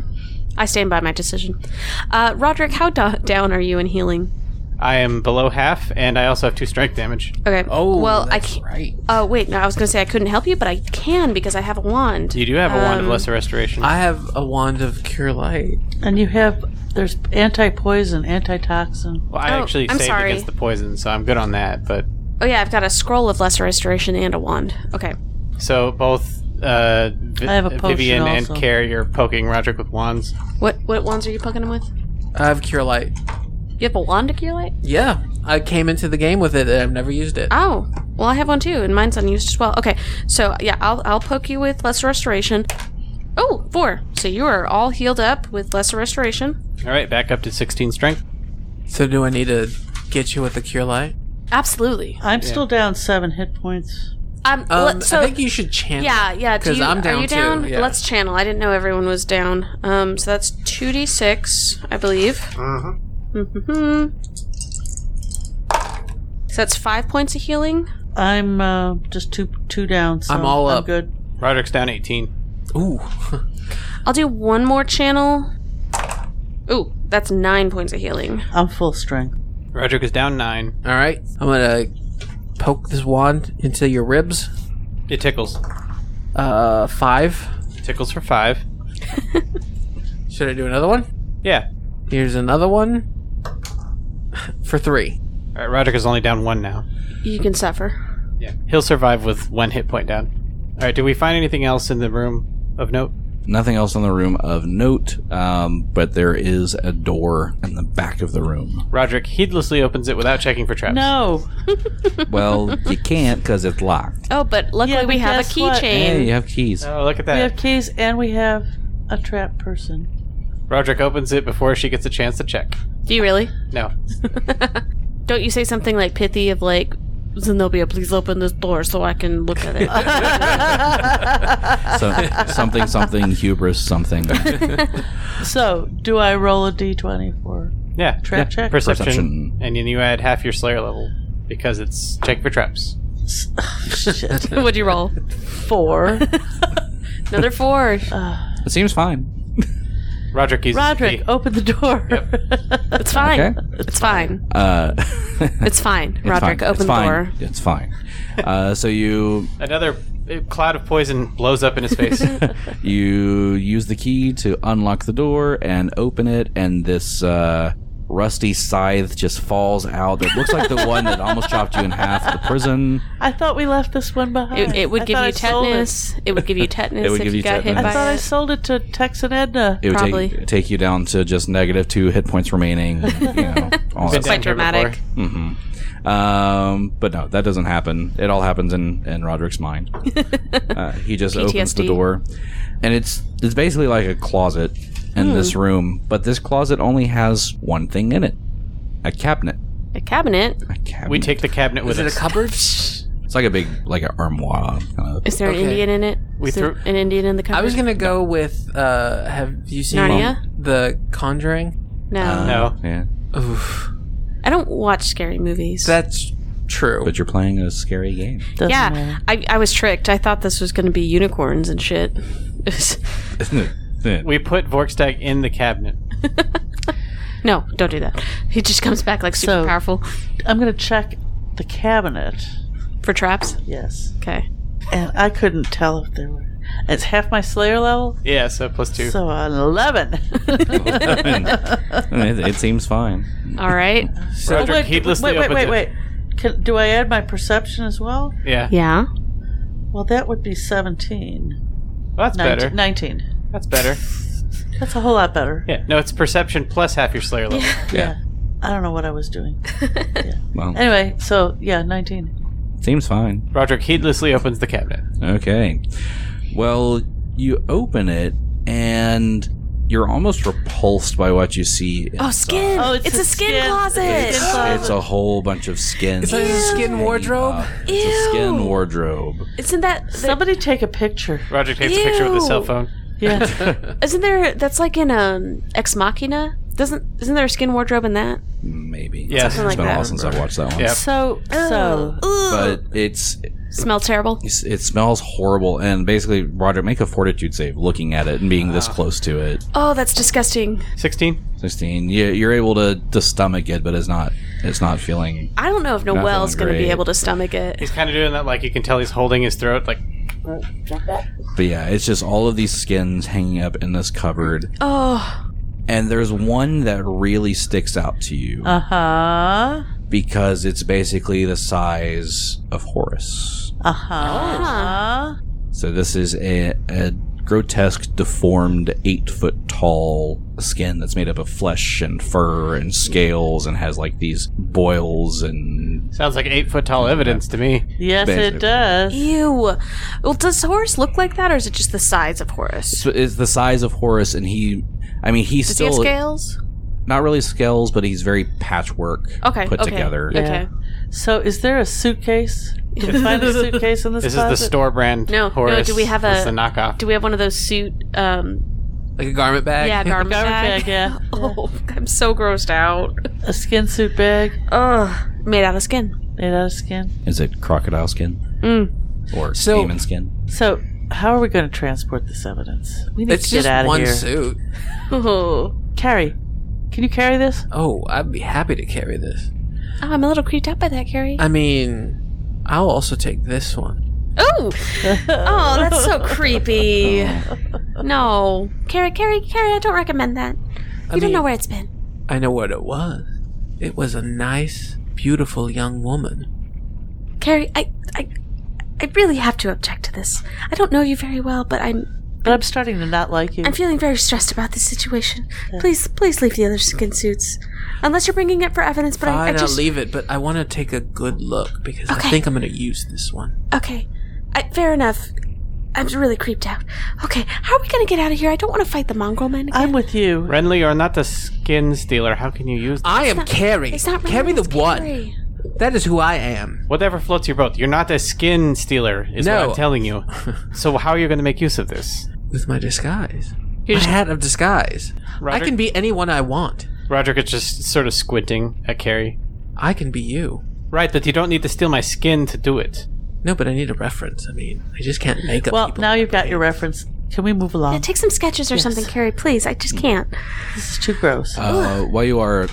S3: I stand by my decision. Uh, Roderick, how do- down are you in healing?
S2: I am below half, and I also have two strength damage.
S3: Okay.
S6: Oh,
S3: well, I
S6: that's
S3: can't.
S6: right.
S3: Oh wait, no. I was gonna say I couldn't help you, but I can because I have a wand.
S2: You do have a wand
S3: Um,
S2: of lesser restoration.
S6: I have a wand of cure light.
S5: And you have there's anti poison, antitoxin.
S2: well, I
S3: Oh,
S2: actually
S3: I'm
S2: saved
S3: sorry.
S2: against the poison, so I'm good on that. But
S3: Oh yeah, I've got a scroll of lesser restoration and a wand. Okay.
S2: so both uh, Vi-
S5: I have a potion
S2: Vivian and
S5: also.
S2: Care, you're poking Roderick with wands.
S3: What what wands are you poking him with?
S6: I have cure light.
S3: You have a wand to cure light?
S6: Yeah, I came into the game with it and I've never used it.
S3: Oh, well I have one too, and mine's unused as well. Okay, so yeah, I'll I'll poke you with lesser restoration. Oh, four. So you are all healed up with lesser restoration.
S2: All right, back up to 16 strength.
S6: So do I need to get you with the cure light?
S3: Absolutely.
S5: I'm still down seven hit points.
S3: Um,
S6: Um,
S3: let- so
S6: I think you should channel.
S3: yeah, yeah. do
S6: Because
S3: you-
S6: I'm down
S3: are you
S6: too.
S3: down?
S6: yeah.
S3: Let's channel. I didn't know everyone was down. Um, so that's two d six, I believe. Mm-hmm. So that's five points of healing.
S5: I'm uh, just two two down. So
S6: I'm all up.
S5: good.
S2: Roderick's down 18.
S6: Ooh.
S3: I'll do one more channel. Ooh, that's nine points of healing.
S5: I'm full strength.
S2: Roderick is down 9.
S6: All right. I'm gonna poke this wand into your ribs.
S2: It tickles.
S6: Uh, five.
S2: Tickles for 5.
S6: Should I do another one?
S2: Yeah.
S6: Here's another one for three.
S2: All right, Roderick is only down 1 now.
S3: You can suffer.
S2: Yeah, he'll survive with one hit point down. All right, did we find anything else in the room of note?
S4: Nothing else in the room of note, um, but there is a door in the back of the room.
S2: Roderick heedlessly opens it without checking for traps.
S5: No.
S4: Well, you can't because it's locked.
S3: Oh, but luckily
S5: Yeah,
S3: we
S5: but
S3: have a
S5: guess what?
S4: Hey,
S3: keychain.
S4: you have keys.
S2: Oh, look at
S5: We
S2: that.
S5: have keys and we have a trap person.
S2: Roderick opens it before she gets a chance to check.
S3: Do you really?
S2: No.
S3: Don't you say something like pithy of like, Zenobia, please open this door so I can look at it.
S4: So, something, something, hubris, something.
S5: So, do I roll a d20 for
S2: Yeah.
S5: trap check?
S2: Perception.
S4: Perception.
S2: And then you add half your Slayer level because it's check for traps.
S5: Shit.
S3: What'd you roll?
S5: Four.
S3: Another four.
S5: Uh,
S4: It seems fine.
S2: Roderick uses
S5: Roderick, oh-
S2: the key.
S5: open the door.
S3: It's fine.
S4: Okay.
S3: It's fine.
S4: Uh,
S3: It's fine. Roderick,
S4: fine.
S3: open
S4: it's
S3: the
S4: fine.
S3: door.
S4: It's fine. Uh, so you
S2: Another uh, cloud of poison blows up in his face.
S4: You use the key to unlock the door and open it, and this uh, rusty scythe just falls out. It looks like the one that almost chopped you in half at the prison.
S5: I thought we left this one behind.
S3: It, it would
S5: I
S3: give
S5: thought
S3: you
S5: I sold it.
S3: tetanus. It. would give you tetanus
S4: It would
S3: if
S4: give
S3: you
S4: you
S3: got hit
S4: tetanus.
S5: I thought
S3: by
S5: I
S3: it.
S5: sold it to Tex and Edna.
S4: It would
S3: Probably.
S4: take, take you down to just negative two hit points remaining. You know, all
S2: Been down
S4: that
S3: Quite
S2: here
S3: dramatic.
S2: before.
S4: stuff. Um, but no, that doesn't happen. It all happens in, in Roderick's mind. Uh, he just opens the
S3: PTSD.
S4: door, and it's it's basically like a closet in
S1: Hmm.
S3: Hmm.
S4: this room. But this closet only has one thing in it: a cabinet.
S3: A cabinet.
S4: A cabinet.
S2: We take the cabinet with
S6: Is it
S2: us.
S6: a cupboard?
S4: It's like a big, like an armoire. Kind of.
S3: Is there an
S6: Okay.
S3: Indian in it?
S2: We
S3: Is there
S2: threw-
S3: an Indian in the cupboard?
S6: I was gonna go with. Uh, have you seen
S3: Narnia?
S6: The Conjuring?
S3: No.
S2: No.
S4: Yeah.
S6: Oof,
S3: I don't watch scary movies.
S6: that's true.
S4: But you're playing a scary game.
S5: Doesn't
S3: yeah,
S5: matter.
S3: I, I was tricked. I thought this was going to be unicorns and shit.
S2: We put Vorkstag in the cabinet.
S3: no, don't do that. He just comes back like super
S5: So-
S3: powerful
S5: I'm going to check the cabinet.
S3: for traps.
S5: Yes.
S3: Okay.
S5: And I couldn't tell if there were. It's half my Slayer level,
S2: Yeah, so plus two.
S5: so uh, an 11.
S4: it, it seems fine.
S3: All right.
S2: Roderick
S5: Oh, wait,
S2: heedlessly
S5: wait, wait,
S2: opens
S5: wait,
S2: it.
S5: wait. Can, do I add my perception as well?
S2: Yeah.
S3: Yeah.
S5: Well, that would be 17.
S2: Well, that's
S5: 19.
S2: better.
S5: 19.
S2: That's better.
S5: That's a whole lot better.
S2: Yeah. No, it's perception plus half your Slayer level.
S4: Yeah.
S5: I don't know what I was doing.
S4: Well,
S5: Anyway, so yeah, 19.
S4: seems fine.
S2: Roderick heedlessly opens the cabinet.
S4: Okay. Well, you open it and you're almost repulsed by what you see.
S3: Oh, skin.
S5: Oh,
S3: it's,
S5: it's
S3: a
S5: a
S3: skin,
S5: skin.
S3: closet.
S5: It's a-
S4: It's a whole bunch of skins.
S6: It's like a skin wardrobe.
S4: It's a
S3: Ew.
S4: skin wardrobe.
S3: Isn't that
S5: Somebody take a picture.
S2: Roderick takes a picture with his
S3: Ew.
S2: cell phone.
S5: Yeah.
S3: Isn't there? That's like in um, Ex Machina. Doesn't isn't there a skin wardrobe in that?
S4: Maybe.
S2: Yeah.
S4: It's
S2: Something
S3: like
S4: been a while
S3: that.
S4: since I've watched that one.
S2: Yeah.
S5: so, so.
S4: But it's
S3: Smell terrible.
S4: it's- it smells horrible and basically Roger make a fortitude save looking at it and being this close to it.
S3: Oh, that's disgusting.
S2: 16?
S4: 16 you, you're able to, to stomach it but it's not it's not feeling
S3: I don't know if Noelle's going to be
S4: great.
S3: able to stomach it.
S2: He's kind of doing that, like you can tell he's holding his throat, like
S4: but yeah it's just all of these skins hanging up in this cupboard
S3: Oh,
S4: and there's one that really sticks out to you
S5: Uh huh.
S4: because it's basically the size of Horus
S5: Uh huh.
S3: Ah.
S4: so this is a, a grotesque deformed eight foot tall skin that's made up of flesh and fur and scales and has like these boils and
S2: sounds like eight foot tall evidence to me.
S5: Yes,
S4: Basically.
S5: it does.
S3: ew. Well, does Horus look like that, or is it just the size of Horus?
S4: so it's the size of Horus and he I mean he's
S3: Does he
S4: still
S3: have scales?
S4: not really scales, but he's very patchwork
S3: Okay,
S4: put
S3: okay.
S4: together.
S5: Yeah.
S3: Okay.
S5: So, is there a suitcase? Did you find a suitcase in this,
S2: This is
S5: closet?
S2: the store brand.
S3: No, no,
S2: Horus.
S3: do we have
S2: It's
S3: a-
S2: the knockoff?
S3: Do we have one of those suit? Um,
S6: Like a garment bag.
S3: yeah, garment
S5: Garbage
S3: bag.
S5: bag, yeah.
S3: Oh, I'm so grossed out.
S5: A skin suit bag
S3: Ugh, made out of skin.
S5: made out of skin.
S4: Is it crocodile skin or
S6: So-
S4: demon skin?
S5: So, how are we going to transport this evidence? We need
S6: It's
S5: to get
S6: just
S5: out of
S6: one
S5: here.
S6: suit.
S3: Oh,
S5: Carrie, can you carry this?
S6: Oh, I'd be happy to carry this.
S3: I'm a little creeped out by that, Carrie.
S6: I mean, I'll also take this one.
S3: Oh, oh, that's so creepy. No, Carrie, Carrie, Carrie, I don't recommend that.
S6: I
S3: You don't
S6: mean,
S3: know where it's been.
S6: I know what it was. It was a nice, beautiful young woman.
S3: Carrie, I, I, I really have to object to this. I don't know you very well, but I'm,
S5: But I'm starting to not like you.
S3: I'm feeling very stressed about this situation. Please, please leave the other skin suits. Unless you're bringing it for evidence, but I, I
S6: Fine, I'll
S3: just.
S6: leave it, but I want to take a good look because
S3: Okay.
S6: I think I'm going to use this one.
S3: Okay. I, fair enough. I'm really creeped out. Okay, how are we gonna get out of here? I don't want to fight the mongrel man again.
S5: I'm with you.
S2: Renly, you're not the skin stealer. How can you use that?
S6: I am Carrie.
S3: It's not
S6: Carrie
S3: Renly,
S6: the
S3: it's
S6: one.
S3: Carrie.
S6: That is who I am.
S2: Whatever floats your boat. You're not a skin stealer, is what
S6: No.
S2: I'm telling you. so how are you going to make use of this?
S6: With my disguise. My hat of disguise. I
S2: Roderick-
S6: can be anyone I want.
S2: Roderick is just sort of squinting at Carrie.
S6: I can be you.
S2: Right, that you don't need to steal my skin to do it.
S6: No, but I need a reference. I mean, I just can't make up.
S5: Well,
S6: people.
S5: now you've got your reference. Can we move
S3: Yeah,
S5: along?
S3: take some sketches or something, Carrie, please. I just can't.
S5: This is too gross.
S1: Uh, while you are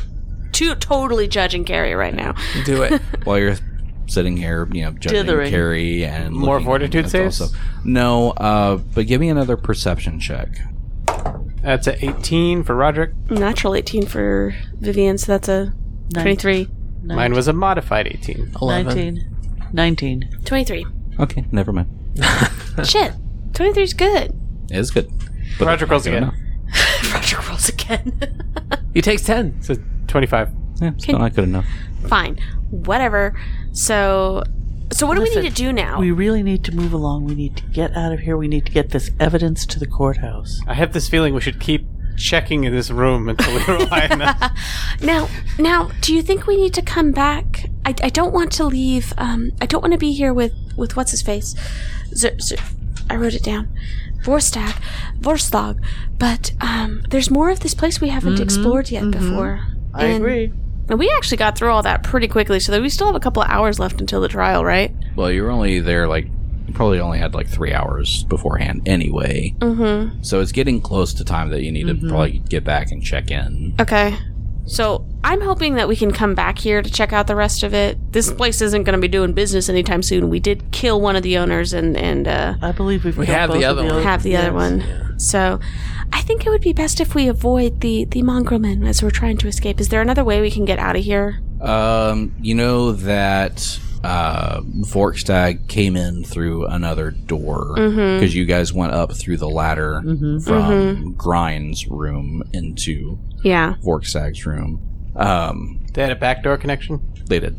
S3: Too totally judging Carrie right now.
S6: do it.
S1: while you're sitting here, you know, judging
S5: Dithering.
S1: Carrie and
S2: More
S1: looking
S2: fortitude
S1: at
S2: saves?
S1: also- No, uh, but give me another perception check.
S2: That's a 18 for Roderick.
S3: Natural 18 for Vivian, so that's a
S5: Nine-
S3: 23.
S2: Mine was a modified
S6: Oh.
S2: 18.
S6: 11.
S5: 19. 19.
S3: 23.
S1: Okay, never mind.
S3: Shit. 23 is good.
S1: It is good. But
S2: Roderick rolls again.
S3: Roger rolls again.
S6: He takes 10.
S2: It's a 25.
S1: Yeah, still not good enough.
S3: Fine. Whatever. So, so what do we need to do now?
S5: We really need to move along. We need to get out of here. We need to get this evidence to the courthouse.
S2: I have this feeling we should keep checking in this room until we rely on that.
S3: Now, now, do you think we need to come back? I, I don't want to leave. Um, I don't want to be here with with what's his face. Z- Z- I wrote it down. Vorstag, Vorstag. But um, there's more of this place we haven't explored yet before.
S5: I
S3: And-
S5: agree.
S3: And we actually got through all that pretty quickly, so that we still have a couple of hours left until the trial, right?
S1: Well, you were only there like you probably only had like three hours beforehand anyway.
S3: Mm-hmm.
S1: So it's getting close to time that you need to probably get back and check in.
S3: Okay. So I'm hoping that we can come back here to check out the rest of it. This place isn't going to be doing business anytime soon. We did kill one of the owners, and and uh,
S5: I believe we've
S6: We
S5: got
S6: have the
S5: both of
S6: other one.
S3: have the other
S5: Yes.
S3: one. So I think it would be best if we avoid the the mongrelman as we're trying to escape. Is there another way we can get out of here?
S1: Um, you know that uh, Vorkstag came in through another door because
S3: Mm-hmm.
S1: you guys went up through the ladder
S2: Mm-hmm.
S1: from Grind's room into
S3: Yeah.
S1: Vorkstag's room. Um,
S2: They had a backdoor connection?
S1: they did.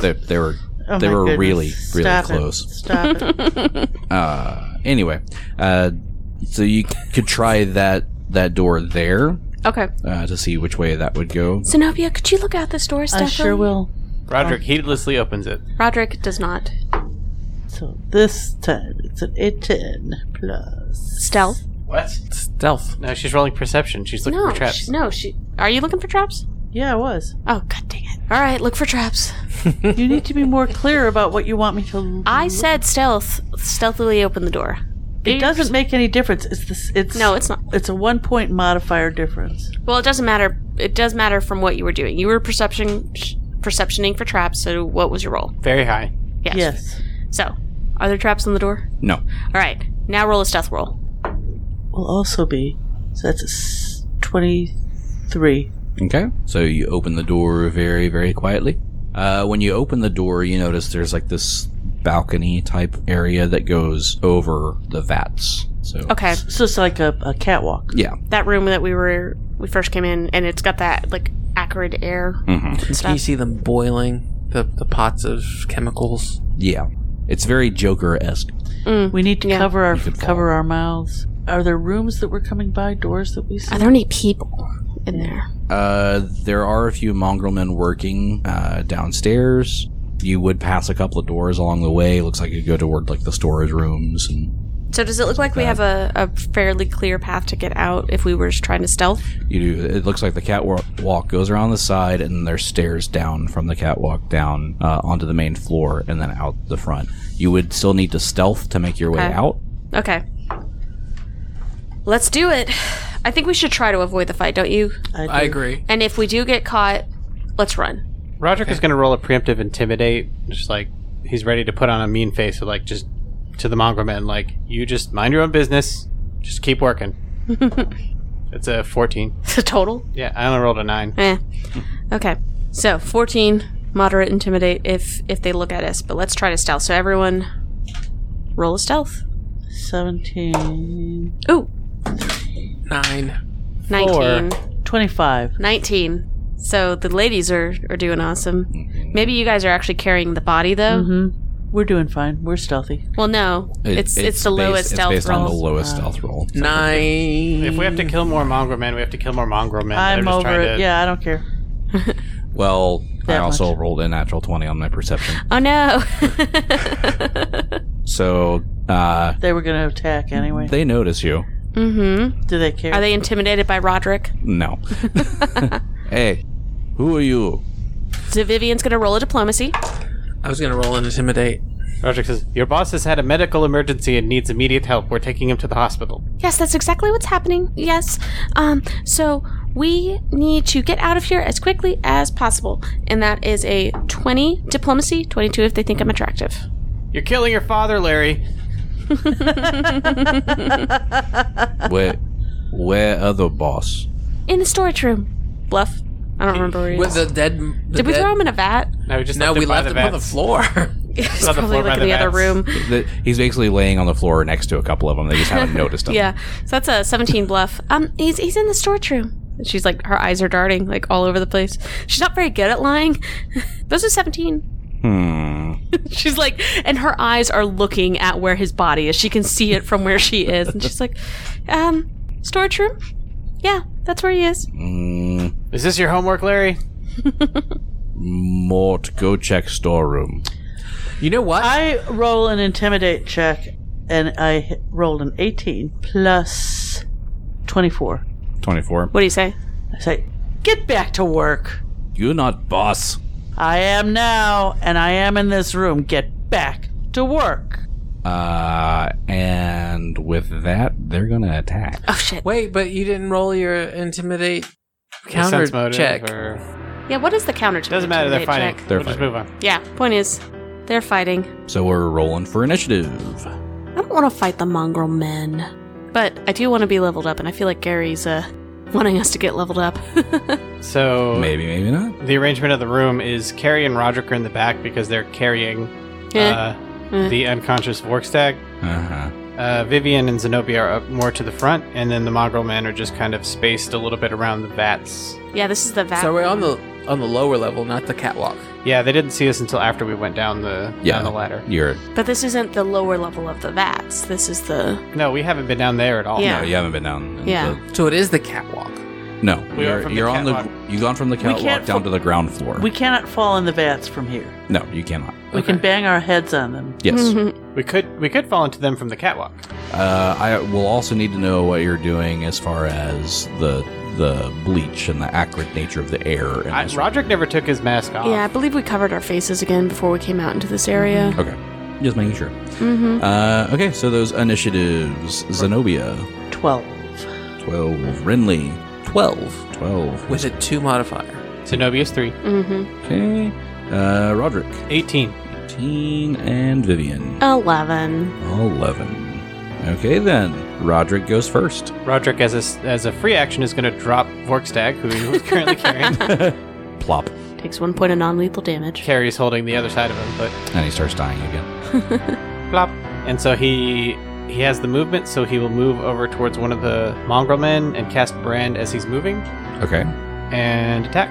S1: They, they were
S5: Oh
S1: they
S5: my
S1: were
S5: goodness.
S1: really really
S5: Stop it.
S1: close.
S5: Stop it.
S1: Uh, anyway, uh, so you could try that that door there
S3: Okay.
S1: uh, to see which way that would go.
S3: Zenobia, could you look out this door,
S5: I
S3: Stephanie?
S5: sure will.
S2: Roderick heedlessly opens it.
S3: Roderick does not.
S5: So this time it's an 18 plus.
S3: Stealth?
S2: What?
S6: Stealth.
S2: No, she's rolling perception. She's looking
S3: No.
S2: for traps.
S3: she- no, she. Are you looking for traps?
S5: Yeah, it was.
S3: Oh, god dang it. All right, look for traps.
S5: You need to be more clear about what you want me to.
S3: I said stealth. Stealthily open the door.
S5: it doesn't make any difference. It's this. It's
S3: No, it's not.
S5: It's a one point modifier difference.
S3: Well, it doesn't matter. It does matter from what you were doing. You were perception. Perceptioning for traps, so what was your roll?
S2: Very high.
S5: Yes.
S3: So, are there traps on the door?
S1: No,
S3: All right, now roll a stealth roll.
S5: Will also be. So that's a s- 23.
S1: Okay. So you open the door very, very quietly. Uh, when you open the door, you notice there's like this balcony type area that goes over the vats. So
S3: Okay,
S5: So it's like a, a catwalk.
S1: yeah,
S3: that room that we were we first came in, and it's got that like acrid air.
S6: Can you see them boiling the, the pots of chemicals?
S1: yeah, it's very Joker esque.
S5: We need
S3: Mm-hmm.
S5: to
S3: Yeah.
S5: cover our
S1: could
S5: cover our mouths. Are there rooms that we're coming by? Doors that we
S3: Are
S5: see?
S3: there any people in there?
S1: Uh, there are a few mongrel men working uh, downstairs. You would pass a couple of doors along the way. Looks like you go toward like the storage rooms and
S3: So does it look like we have a, a fairly clear path to get out if we were just trying to stealth?
S1: you do. It looks like the catwalk walk goes around the side and there's stairs down from the catwalk down uh, onto the main floor and then out the front. You would still need to stealth to make your way
S3: Okay.
S1: out.
S3: Okay, let's do it. I think we should try to avoid the fight, don't you?
S6: I agree.
S3: And if we do get caught, let's run.
S2: Roderick is going to roll a preemptive intimidate, just like he's ready to put on a mean face, of like just to the mongrel man, like you just mind your own business, just keep working. it's a fourteen.
S3: The total.
S2: Yeah, I only rolled a nine.
S3: Eh. Okay. So fourteen, moderate intimidate if if they look at us, but let's try to stealth. So everyone, roll a stealth.
S5: 17,
S3: Ooh,
S6: Nine.
S3: 19.
S5: 25.
S3: 19. So the ladies are, are doing awesome.
S4: Mm-hmm.
S3: Maybe you guys are actually carrying the body, though.
S5: Mm-hmm. We're doing fine. We're stealthy.
S3: Well, no.
S4: It-
S3: it's, it's, the
S4: based-
S3: lowest
S4: it's
S3: stealth Uh,
S4: based
S3: roll.
S4: on the lowest stealth roll.
S6: Nine.
S2: If we have to kill more mongrel men, we have to kill more mongrel men. that are
S5: I'm
S2: just
S5: over
S2: trying
S5: it.
S2: to-
S5: Yeah, I don't care.
S4: Well, I
S5: That
S4: also
S5: much.
S4: rolled a natural 20 on my perception.
S3: Oh, no.
S4: So uh,
S5: They were going to attack anyway.
S4: they notice you.
S3: mm-hmm.
S5: Do they care?
S3: Are they intimidated by Roderick?
S4: No. hey, who are you?
S3: So Vivian's going to roll a diplomacy.
S6: I was gonna roll and intimidate.
S2: Roger says, Your boss has had a medical emergency and needs immediate help. We're taking him to the hospital.
S3: Yes, that's exactly what's happening. Yes. Um, so we need to get out of here as quickly as possible. And that is a 20 diplomacy, 22 if they think I'm attractive.
S2: You're killing your father, Larry.
S4: Where, where other boss?
S3: In the storage room. Bluff. I don't remember where he
S6: With
S3: is.
S6: the dead. The
S3: Did we
S6: dead-
S3: throw him in a vat?
S2: No, we just
S6: No,
S2: left
S6: we
S2: him by
S6: left
S2: the
S6: him on the
S2: vets.
S6: floor.
S3: He's
S2: on the
S3: probably
S2: floor by
S3: like in
S2: the
S3: the other
S2: vats.
S3: room.
S4: The- He's basically laying on the floor next to a couple of them. They just haven't noticed him.
S3: Yeah. So that's a 17 bluff. Um, he's he's in the storage room. And She's like her eyes are darting like all over the place. She's not very good at lying. Those are 17.
S4: Hmm.
S3: She's like, and her eyes are looking at where his body is. She can see it from where she is, and she's like, um, storage room. Yeah, that's where he is.
S4: Mm,
S2: Is this your homework, Larry?
S4: Mort, go check storeroom.
S6: you know what?
S5: I roll an intimidate check, and I hit- rolled an 18 plus 24.
S4: 24.
S3: What do you say?
S5: I say, get back to work.
S4: You're not boss.
S5: I am now, and I am in this room. Get back to work.
S4: Uh, and with that, they're gonna attack.
S3: Oh shit.
S6: Wait, but you didn't roll your intimidate counter
S2: Sense motive
S6: check.
S2: or-
S3: Yeah. What is the counter to
S2: Doesn't matter. They're fighting.
S3: intimidate check?
S4: They're
S2: we'll just
S4: fighting.
S2: move on.
S3: Yeah. Point is, they're fighting.
S4: So we're rolling for initiative.
S3: I don't want to fight the mongrel men, but I do want to be leveled up, and I feel like Gary's uh wanting us to get leveled up.
S2: So
S4: Maybe, maybe not.
S2: the arrangement of the room is Carrie and Roderick are in the back because they're carrying uh,
S3: Yeah. Eh.
S2: the unconscious Vorkstag.
S4: Uh huh.
S2: Uh, Vivian and Zenobia are up more to the front, and then the mongrel men are just kind of spaced a little bit around the vats.
S3: yeah. This is the vat.
S6: So we're on the on the lower level, not the catwalk.
S2: Yeah, they didn't see us until after we went down the
S4: Yeah.
S2: down the ladder.
S4: You're
S3: But this isn't the lower level of the vats. This is the
S2: No, we haven't been down there at all.
S3: Yeah.
S4: no, you haven't been down. in
S3: Yeah.
S6: So it is the catwalk.
S4: the- no,
S2: We are
S4: you're,
S2: from the
S4: you're on the.
S2: catwalk.
S4: You've gone from the catwalk
S5: can't
S4: down
S5: fo-
S4: to the ground floor.
S5: We cannot fall in the vats from here.
S4: no, you cannot.
S5: We can
S6: Okay.
S5: bang our heads on them.
S4: Yes.
S2: We could we could fall into them from the catwalk.
S4: Uh, I will also need to know what you're doing as far as the the bleach and the acrid nature of the air. in
S2: I,
S4: this room.
S2: Roderick never took his mask off.
S3: Yeah, I believe we covered our faces again before we came out into this area.
S4: Okay. Just making sure.
S3: Mm-hmm.
S4: Uh, okay, so those initiatives: Zenobia,
S5: 12.
S4: twelve; Renly,
S6: Twelve
S4: twelve.
S6: with a two modifier.
S2: Zenobia's three.
S3: Mm-hmm.
S4: Okay. Uh, Roderick,
S2: Eighteen.
S4: eighteen, and Vivian,
S3: Eleven.
S4: eleven. Okay, then Roderick goes first.
S2: Roderick, as a, s- as a free action, is going to drop Vorkstag, who he's currently carrying.
S4: Plop,
S3: Takes one point of non-lethal damage.
S2: Carrie's holding the other side of him, but
S4: and he starts dying again.
S2: plop. And so he he has the movement, so he will move over towards one of the mongrel men and cast Brand as he's moving
S4: Okay.
S2: and attack.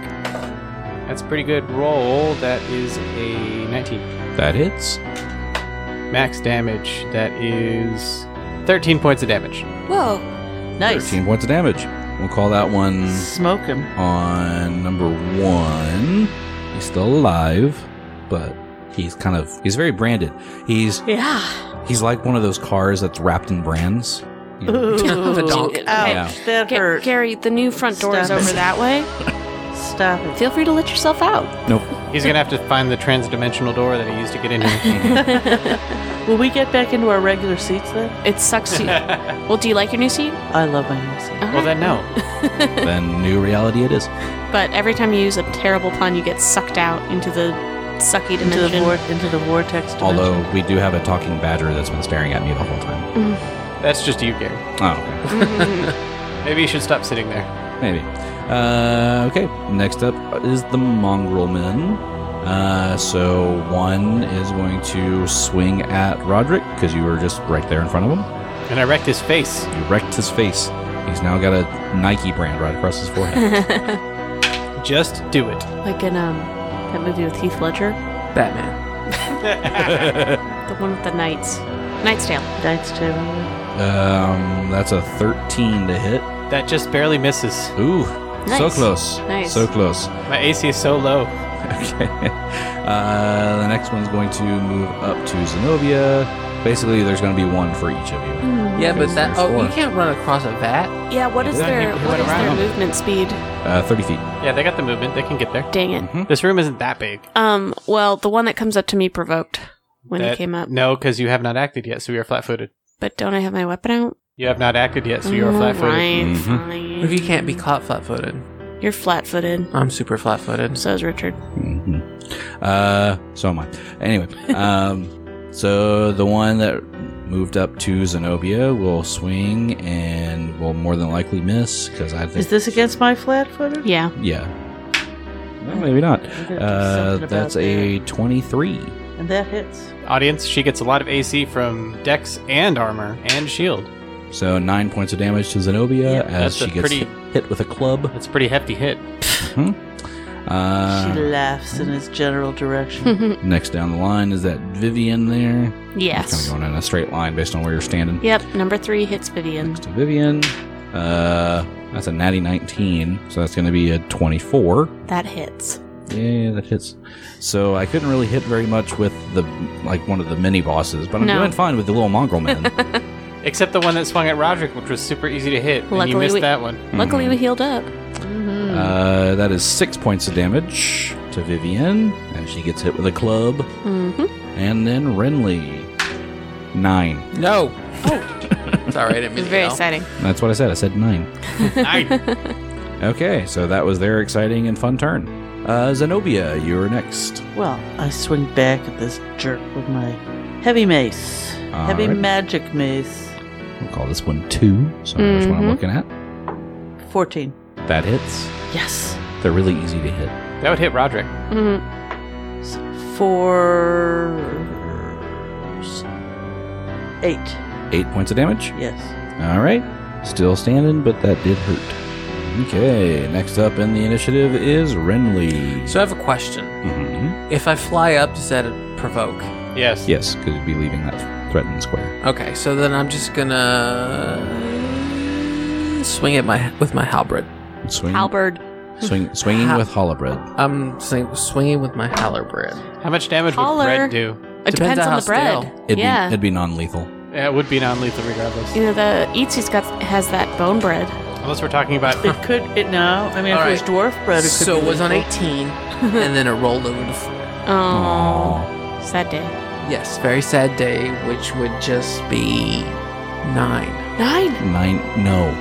S2: That's a pretty good roll. That is a 19.
S4: That hits.
S2: Max damage. That is 13 points of damage.
S3: Whoa.
S5: Nice.
S4: 13 points of damage. We'll call that one
S5: Smoke him.
S4: on number one. He's still alive, but he's kind of he's very branded. He's
S3: Yeah.
S4: he's like one of those cars that's wrapped in brands. You know?
S5: Ooh.
S6: The donk.
S5: Ouch,
S4: Yeah.
S5: that
S3: Ga-
S5: hurt.
S3: Gary, the new front door is
S5: Stop it.
S3: over that way.
S5: Stop it.
S3: Feel free to let yourself out.
S4: Nope.
S2: He's going to have to find the transdimensional door that he used to get in here.
S5: Will we get back into our regular seats then?
S3: It sucks. To- well, do you like your new seat?
S5: I love my new seat.
S2: well, then, no.
S4: then new reality it is.
S3: But every time you use a terrible pun, you get sucked out into the sucky dimension.
S5: Into the, vor- into the vortex dimension.
S4: Although we do have a talking badger that's been staring at me the whole time.
S2: That's just you, Gary.
S4: Oh,
S2: Maybe you should stop sitting there.
S4: okay. maybe. Uh, okay. Next up is the mongrel men. Uh, so one is going to swing at Roderick because you were just right there in front of him.
S2: And I wrecked his face.
S4: He wrecked his face. He's now got a Nike brand right across his forehead.
S2: Just do it.
S3: Like in um that movie with Heath Ledger,
S6: Batman.
S3: the one with the knights, Knight's Tale.
S5: Knight's Tale.
S4: um, that's a 13 to hit.
S2: That just barely misses.
S4: Ooh, so
S3: Nice.
S4: close.
S3: Nice.
S4: So close.
S2: My AC is so low.
S4: Okay. Uh, the next one's going to move up to Zenobia. Basically, there's going to be one for each of you.
S6: Yeah, but
S4: Because
S6: that
S4: there's
S6: oh,
S4: four.
S6: you can't run across a vat.
S3: Yeah, what is
S2: Yeah,
S3: their
S2: you- you
S3: what
S2: went
S3: is their
S2: around.
S3: movement speed?
S4: Uh, 30 feet.
S2: Yeah, they got the movement. They can get there.
S3: Dang it.
S2: This room isn't that big.
S3: Um, well, the one that comes up to me provoked when he
S2: That-
S3: came up.
S2: No, because you have not acted yet, so you're flat footed.
S3: But don't I have my weapon out?
S2: You have not acted yet, so you're
S3: Oh,
S2: flat footed.
S3: Fine,
S4: Mhm.
S3: fine.
S6: If you can't be caught flat-footed,
S3: You're flat-footed.
S6: I'm super flat-footed.
S3: So is Richard.
S4: hmm Uh, so am I. Anyway, um, so the one that moved up to Zenobia will swing and will more than likely miss because I think.
S5: Is this against my flat footer?
S3: Yeah.
S4: yeah. No, maybe not. Uh,
S5: do something about
S4: that's a 23.
S5: And that hits.
S2: Audience, she gets a lot of AC from Dex and armor and shield.
S4: So nine points of damage to Zenobia
S2: Yeah,
S4: as
S2: that's
S4: she
S2: a
S4: gets
S2: pretty-
S4: hit, hit with a club.
S2: That's a pretty hefty hit.
S4: Uh,
S5: she laughs in his general direction.
S4: Next down the line is that Vivian there. It's
S3: yes.
S4: kind of going in a straight line based on where you're standing.
S3: Yep. Number three hits Vivian.
S4: Next to Vivian, uh, that's a natty 19, so that's going to be a 24.
S3: That hits.
S4: Yeah, that hits. So I couldn't really hit very much with the like one of the mini bosses, but I'm
S3: No.
S4: doing fine with the little mongrel man.
S2: Except the one that swung at Roderick, which was super easy to hit. and you
S3: Luckily
S2: missed
S3: we-
S2: that one.
S3: Luckily, we healed up.
S4: uh, that is six points of damage to Vivian, and she gets hit with a club.
S3: hmm
S4: And then Renly, nine.
S6: No. Sorry, I didn't
S3: It
S6: mean
S3: was
S6: to
S3: very
S6: yell.
S3: exciting.
S4: That's what I said. I said nine.
S2: Nine.
S4: Okay, so that was their exciting and fun turn. Uh, Zenobia, you're next.
S5: well, I swing back at this jerk with my heavy mace.
S4: All
S5: heavy
S4: right.
S5: magic mace.
S4: We'll call this one two. So I know which one I'm
S3: Mhm.
S4: looking at.
S5: 14.
S4: That hits.
S5: Yes.
S4: They're really easy to hit.
S2: that would hit Roderick.
S3: Mm.
S5: So four. Eight.
S4: Eight points of damage.
S5: Yes.
S4: All right. Still standing, but that did hurt. Okay, next up in the initiative is Renly.
S6: So I have a question.
S4: Mhm.
S6: If I fly up, does that provoke?
S2: Yes.
S4: Yes, because you'd be leaving that threatened square.
S6: Okay, so then I'm just gonna swing at my with my halberd.
S4: Swing,
S3: Halberd.
S4: swing, swinging
S6: Hal-
S4: with hollow bread.
S6: I'm swing, swinging with my halberd.
S2: How much damage
S3: Holler.
S2: would bread do?
S3: It
S6: Depends
S3: depends
S6: on
S3: on,
S6: how
S3: the bread.
S6: stale.
S4: It'd be,
S3: yeah.
S4: it'd be non-lethal.
S2: Yeah, it would be non lethal regardless.
S3: you know the Eatsy's got has that bone bread.
S2: Unless we're talking about.
S5: It could. It no. I mean,
S6: All
S5: if it was
S6: right.
S5: dwarf bread, it could
S6: So it
S5: be
S6: was on
S5: lethal.
S6: 18, and then it rolled over to. F-
S3: Oh,
S4: Aw.
S3: sad day.
S6: yes, very sad day, which would just be nine.
S3: Nine.
S4: Nine, no,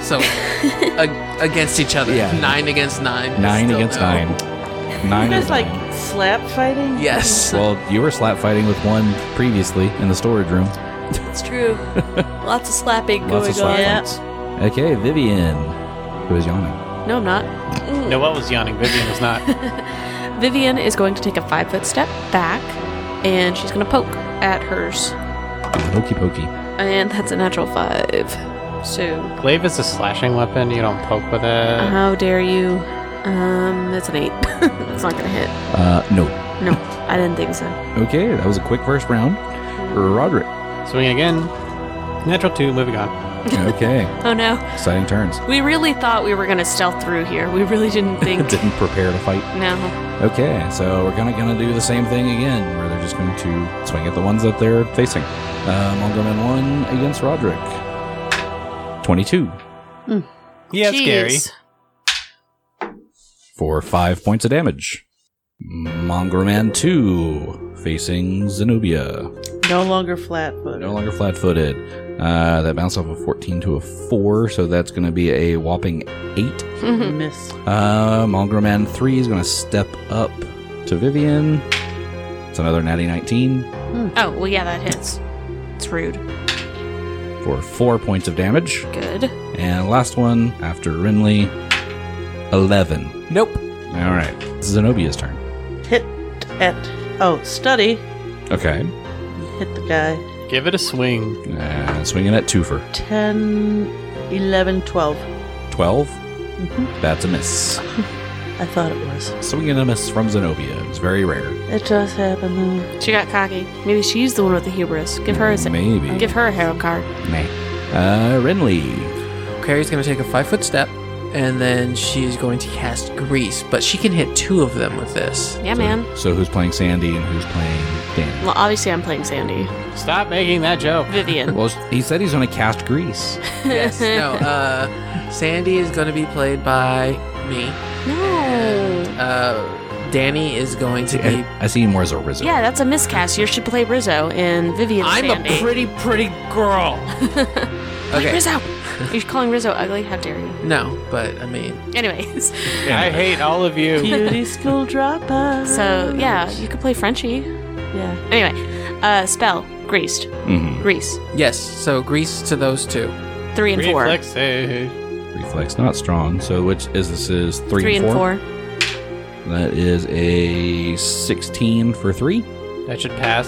S6: So a- against each other,
S4: Yeah.
S6: nine against nine, is
S4: Nine
S6: still
S4: against
S6: no.
S4: nine. Nine.
S5: You guys
S4: is
S5: like
S4: nine.
S5: slap fighting?
S6: Yes.
S4: Well, you were slap fighting with one previously in the storage room.
S3: That's true. Lots of slapping
S4: Lots of slap
S5: Yeah.
S4: fights. Okay, Vivian, who is yawning.
S3: No, I'm not.
S4: Mm.
S2: Noelle was yawning. Vivian was not.
S3: Vivian is going to take a five foot step back, and she's going to poke at hers,
S4: Hokey pokey.
S3: and that's a natural five. So
S2: Glaive is a slashing weapon. You don't poke with it.
S4: Oh.
S3: how dare you? Um, that's an eight. it's not going to hit.
S4: Uh, no.
S3: No, I didn't think so.
S4: Okay, that was a quick first round. Roderick.
S2: Swing again. Natural two. Moving on.
S4: Okay,
S3: Oh no,
S4: exciting turns.
S3: we really thought we were going to stealth through here. We really didn't think.
S4: Didn't prepare to fight.
S3: no.
S4: Okay, so we're kind of going to do the same thing again, where they're just going to swing at the ones that they're facing. Uh, Mongoman 1 against Roderick. 22
S2: Yeah, it's scary.
S3: Jeez.
S4: for 5 points of damage. Mongoman 2 facing Zenobia.
S5: No longer flat footed.
S4: No longer flat footed. Uh, that bounced off a 14 to a 4, so that's going to be a whopping 8.
S6: Mm-hmm.
S5: Miss.
S4: Uh, Mongroman 3 is going to step up to Vivian. It's another natty 19
S3: Oh well, yeah, that hits. It's rude.
S4: for 4 points of damage.
S3: Good.
S4: And last one after Rinley 11.
S6: Nope.
S4: All right. Zenobia's turn.
S5: Hit at. Oh, study.
S4: Okay.
S5: Hit the guy.
S2: Give it a swing.
S4: Uh, Brian, swinging at two for
S5: 10, 11, 12.
S4: 12.
S3: Mm-hmm.
S4: That's a miss.
S5: I thought it was.
S4: Swinging a miss from Zenobia. It's very rare.
S5: It does happen though.
S3: She got cocky. Maybe she's the one with the hubris. Give her a se-
S4: Maybe.
S3: give her a hero card.
S4: Meh. Uh, Renly.
S6: Carrie's going to take a five foot step, and then she's going to cast Grease, but she can hit two of them with this.
S3: Yeah, man.
S4: So who's playing Sandy and who's playing Dan?
S3: Well, obviously I'm playing Sandy.
S2: Stop making that joke.
S3: Vivian.
S4: Well, he said he's going to cast Grease.
S6: Yes. no, uh, Sandy is going to be played by me.
S3: no.
S6: Uh, Danny is going to be.
S4: I, I see him more as a Rizzo.
S3: Yeah, that's a miscast. You should play Rizzo and Vivian
S6: I'm
S3: Sandy.
S6: a pretty, pretty girl. okay.
S3: Rizzo. Are you calling Rizzo ugly? How dare you?
S6: No, but I mean,
S3: Anyways,
S2: I hate all of you.
S5: Beauty school dropout.
S3: so yeah, you could play Frenchie.
S5: Yeah.
S3: Anyway, uh, spell greased,
S4: Mm-hmm.
S3: grease
S6: yes. So Grease to those two.
S3: three and four,
S2: Reflex save.
S4: Reflex not strong. So which is this is three,
S3: three
S4: and,
S3: and
S4: four.
S3: four.
S4: That is a 16 for three
S2: That should pass.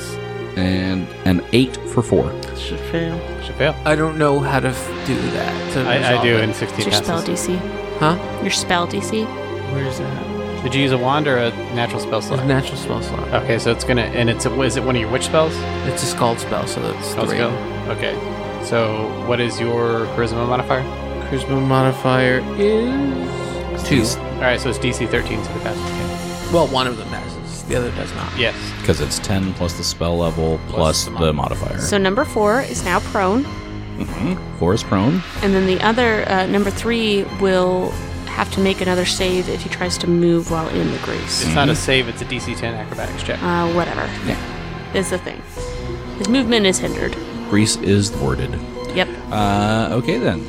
S4: and an eight for four.
S5: Should fail.
S2: Should fail.
S6: I don't know how to f- do that. To
S2: I, I
S6: resolve
S2: do
S6: it.
S2: in 16
S3: It's your spell
S2: passes.
S3: DC.
S6: Huh?
S3: Your spell DC.
S6: Where's that?
S2: Did you use a wand or a natural spell
S6: It's a
S2: slot?
S6: natural spell slot.
S2: Okay, so it's gonna and it's a, is it one of your witch spells?
S6: Uh, It's a scald spell, so that's
S2: Oh, it's
S6: three.
S2: go. Okay. So what is your charisma modifier?
S6: Charisma modifier is two.
S2: All right, so it's DC 13, so it passes.
S6: Well, one of them passes. The other does not.
S2: Yes.
S4: Because it's 10 plus the spell level plus,
S2: Plus the
S4: the modifier.
S3: So number four is now prone,
S2: Mm-hmm.
S4: Mhm. Four is prone.
S3: and then the other uh, number three will have to make another save if he tries to move while in the grease.
S2: It's not a save. It's a DC 10 acrobatics check.
S3: Uh, whatever. Is the thing. His movement is hindered.
S4: Grease is thwarted.
S3: Yep.
S4: Uh, okay then.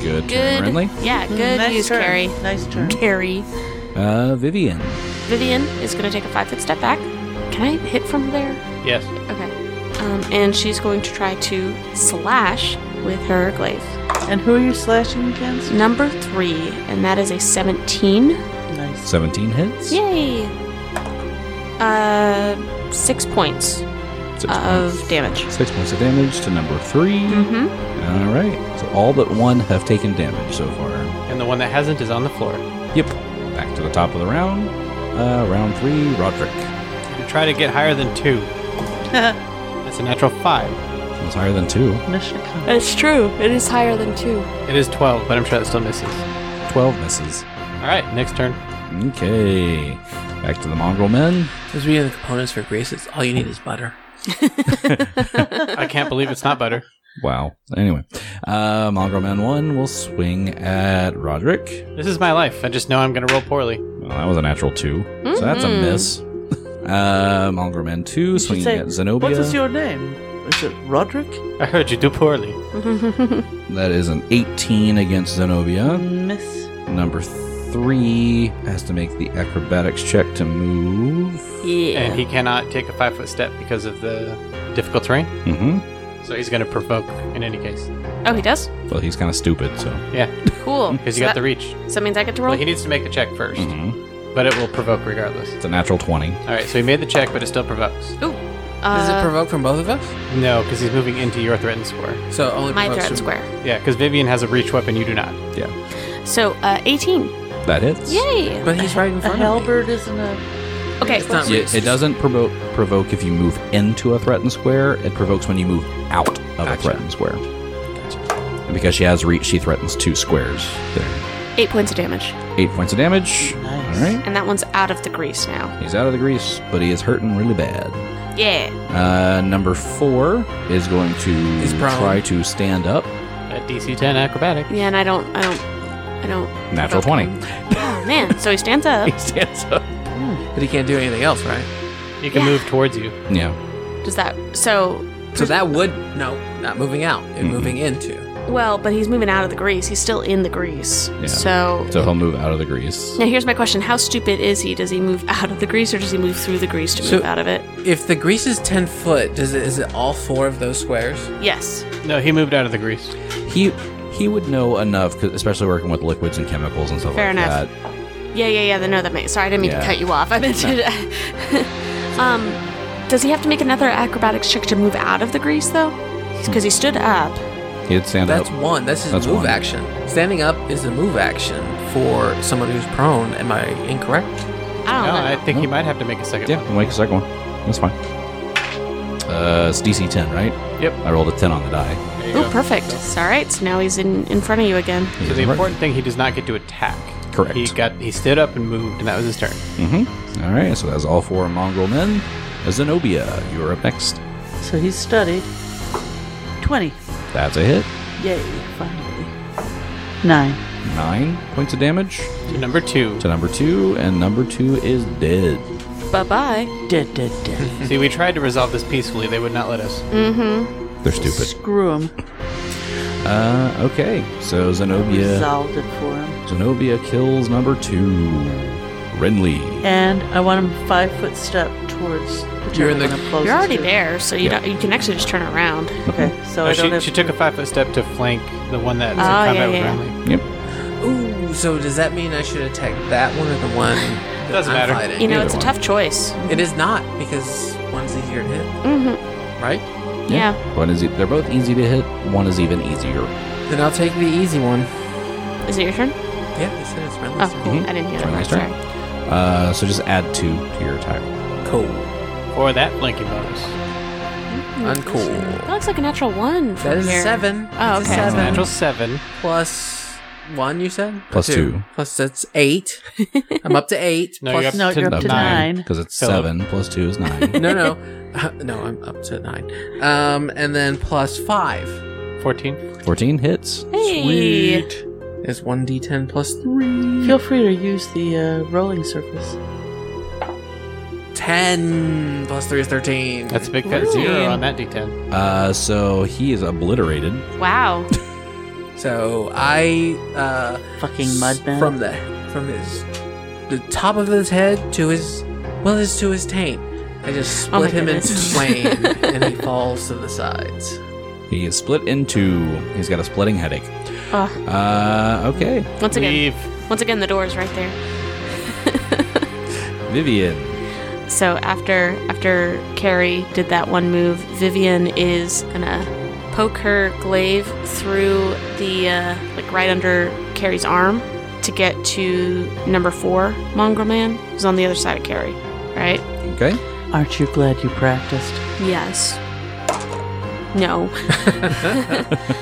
S4: Good.
S3: Good.
S4: Turn, Renly.
S3: Yeah. Good
S5: nice
S3: use,
S5: turn.
S3: Carrie.
S5: Nice turn.
S3: Carrie.
S4: Uh, Vivian.
S3: Vivian is going to take a five foot step back. Can I hit from there?
S2: yes.
S3: Okay. Um, and she's going to try to slash with her glaive.
S5: And who are you slashing against?
S3: Number three, and that is a 17.
S5: Nice.
S4: 17 hits.
S3: Yay! Uh, six points
S4: Six
S3: of
S4: points.
S3: damage.
S4: Six points of damage to number 3 All right. So all but one have taken damage so far.
S2: And the one that hasn't is on the floor.
S4: Yep. Back to the top of the round. Uh, round three, Roderick.
S2: You try to get higher than two. That's a natural five.
S4: That's higher than two.
S5: Mission accomplished.
S3: It's true. It is higher than two.
S2: It is 12, but I'm sure that still misses.
S4: 12 misses.
S2: All right, next turn.
S4: Okay. Back to the mongrel men.
S6: Because we have the components for grace. It's all you need is butter.
S2: I can't believe it's not butter.
S4: Wow. Anyway, uh, mongrel man one will swing at Roderick.
S2: This is my life. I just know I'm gonna roll poorly.
S4: Well, that was a natural 2 So that's a
S3: Mhm.
S4: miss. Uh, mongrel man two
S5: Mm-hmm. You should
S4: swinging
S5: say,
S4: at Zenobia.
S5: What is your name? Is it Roderick?
S2: I heard you do poorly.
S4: That is an 18 against Zenobia.
S5: Miss.
S4: Number three has to make the acrobatics check to move.
S2: And
S3: Yeah.
S2: he cannot take a five foot step because of the difficult terrain.
S4: Mm-hmm.
S2: So he's gonna provoke in any case.
S3: Oh, he does?
S4: Well, he's kind of stupid, so.
S2: Yeah,
S3: Cool.
S2: because
S3: so,
S2: you got
S3: that,
S2: the
S3: Mm-hmm.
S2: reach.
S3: so that means I get to roll?
S2: Well, he needs to make the check 1st
S4: Mhm.
S2: but it will provoke regardless.
S4: It's a natural 20.
S2: All right, so he made the check, but it still provokes.
S3: Ooh.
S6: Does it
S3: Uh,
S6: provoke from both of us?
S2: No, because he's moving into your threatened square.
S6: So it only
S3: my threat
S6: provokes from-
S3: square.
S2: Yeah, because Vivian has a reach weapon, you do not.
S4: Yeah.
S3: So, uh, 18.
S4: That hits.
S3: Yay!
S6: But he's right in
S5: A
S6: front of me.
S5: halberd isn't a.
S3: Okay.
S6: It's not
S4: Yeah,
S6: race.
S4: It, doesn't provoke provoke if you move into a threatened square. It provokes when you move out of a
S6: Gotcha.
S4: threatened square. And because she has reach, she threatens two squares. There,
S3: Eight points of damage.
S4: eight points of damage.
S5: Nice.
S4: All right,
S3: And that one's out of the grease now.
S4: he's out of the grease, but he is hurting really bad.
S3: Yeah.
S4: Uh, number four is going to
S6: He's prone.
S4: try to stand up.
S2: A DC 10 acrobatic.
S3: Yeah, and I don't, I don't, I don't.
S4: Natural
S3: provoke
S4: twenty.
S3: him. Oh man! So he stands up.
S4: He stands up.
S6: But he can't do anything else, right?
S2: He can
S3: Yeah.
S2: move towards you.
S4: Yeah,
S3: Does that? So,
S6: So that would no, not moving out, and
S4: Mm-mm.
S6: moving into.
S3: well, but he's moving out of the grease. He's still in the grease.
S4: Yeah.
S3: So.
S4: so he'll move out of the grease.
S3: now here's my question: How stupid is he? Does he move out of the grease, or does he move through the grease to
S6: So-
S3: move out of it?
S6: If the grease is ten foot, does it is it all four of those squares?
S3: Yes.
S2: No, he moved out of the grease.
S4: He he would know enough, 'cause- especially working with liquids and chemicals and stuff
S3: Fair
S4: like
S3: enough.
S4: that.
S3: Yeah, yeah, yeah. The no, that makes. Sorry, I didn't mean
S4: Yeah.
S3: to cut you off. I meant to. um, does he have to make another acrobatics check to move out of the grease, though? because he stood up.
S4: He did stand
S6: That's
S4: up.
S6: one. That's his
S4: That's
S6: move
S4: one.
S6: action. Standing up is a move action for someone who's prone. Am I incorrect?
S3: I
S2: No,
S3: don't
S2: I
S3: know.
S2: think he might have to make a second
S4: Yeah,
S2: one.
S4: we'll make a second one. That's fine. Uh, it's DC 10, right?
S2: Yep.
S4: I rolled a 10 on the die.
S2: There you
S3: Oh,
S2: go.
S3: perfect. It's all right. So now he's in, in front of you again.
S2: So the important thing, he does not get to attack.
S4: Correct.
S2: He got he stood up and moved, and that was his turn.
S4: Mm-hmm. All right, so that's all four Mongol men. Zenobia, you are up next.
S5: So he's studied. 20.
S4: That's a hit.
S5: Yay, finally. Nine.
S4: Nine points of damage
S2: So number two.
S4: to number two, and number two is dead.
S3: Bye bye.
S5: Dead, dead, dead.
S2: See, we tried to resolve this peacefully. They would not let us.
S4: They're stupid.
S5: Screw him.
S4: Uh, okay, so Zenobia,
S5: Resolved it for him.
S4: Zenobia kills number two, Renly.
S5: And I want him five foot step towards the
S6: You're in the-
S3: You're already there, so you don't, you can actually just turn around.
S5: Okay, so
S2: Oh,
S5: I don't
S2: she,
S5: have Ah,
S2: she took a five foot step to flank the one that's in
S3: Oh, yeah,
S2: combat with
S3: yeah.
S2: Renly.
S4: Yep.
S6: Ooh, so does that mean I should attack that one or the one that
S2: Doesn't
S6: I'm
S2: matter.
S6: fighting?
S3: You know,
S4: Either
S3: it's a
S4: one.
S3: tough choice.
S6: It is not because one's easier to hit,
S3: Mm-hmm.
S6: right?
S3: Yeah.
S4: One is e- they're both easy to hit. One is even easier.
S6: Then I'll take the easy one.
S3: Is it your turn?
S6: Yeah, he said it's my
S3: Oh,
S6: last
S3: cool.
S4: Mhm.
S3: I didn't hear that.
S4: Very nice
S3: Sorry.
S4: turn. Uh, so just add two to your attack.
S6: Mm-hmm. Cool.
S2: Or that flanking bonus.
S6: Uncool.
S3: That looks like a natural one. From
S6: That is a
S3: Mm-hmm. here.
S6: seven.
S3: Oh,
S6: It's a
S3: okay.
S6: seven.
S2: Natural seven.
S6: Plus one, you said? Or
S4: Plus two.
S6: Plus that's eight. I'm up to eight.
S2: No,
S6: plus
S2: you're up
S5: no,
S2: to
S5: you're up to
S2: nine.
S5: nine.
S4: Because it's
S2: Philip.
S4: seven plus two is nine.
S6: no, no, Uh, no. I'm up to nine, um, and then plus five
S2: Fourteen.
S4: Fourteen hits.
S3: Hey.
S6: is one d10 plus three.
S5: Feel free to use the uh, rolling surface.
S6: Ten plus three is thirteen.
S2: That's a big fat zero on that d10.
S4: Uh, so he is obliterated.
S3: Wow.
S6: so I uh,
S5: Fucking
S6: s-
S5: mudman.
S6: from the from his the top of his head to his well, his to his taint. I just
S3: Oh my
S6: split him into
S3: goodness.
S6: flame, and he falls to the sides.
S4: He is split into. He's got a splitting headache.
S3: Ugh.
S4: Uh, okay.
S3: Once again,
S2: Leave.
S3: once again, the door is right there.
S4: Vivian.
S3: So after after Carrie did that one move, Vivian is gonna poke her glaive through the uh, like right under Carrie's arm to get to number four mongrel man who's on the other side of Carrie, right?
S4: Okay.
S5: Aren't you glad you practiced?
S3: Yes. No.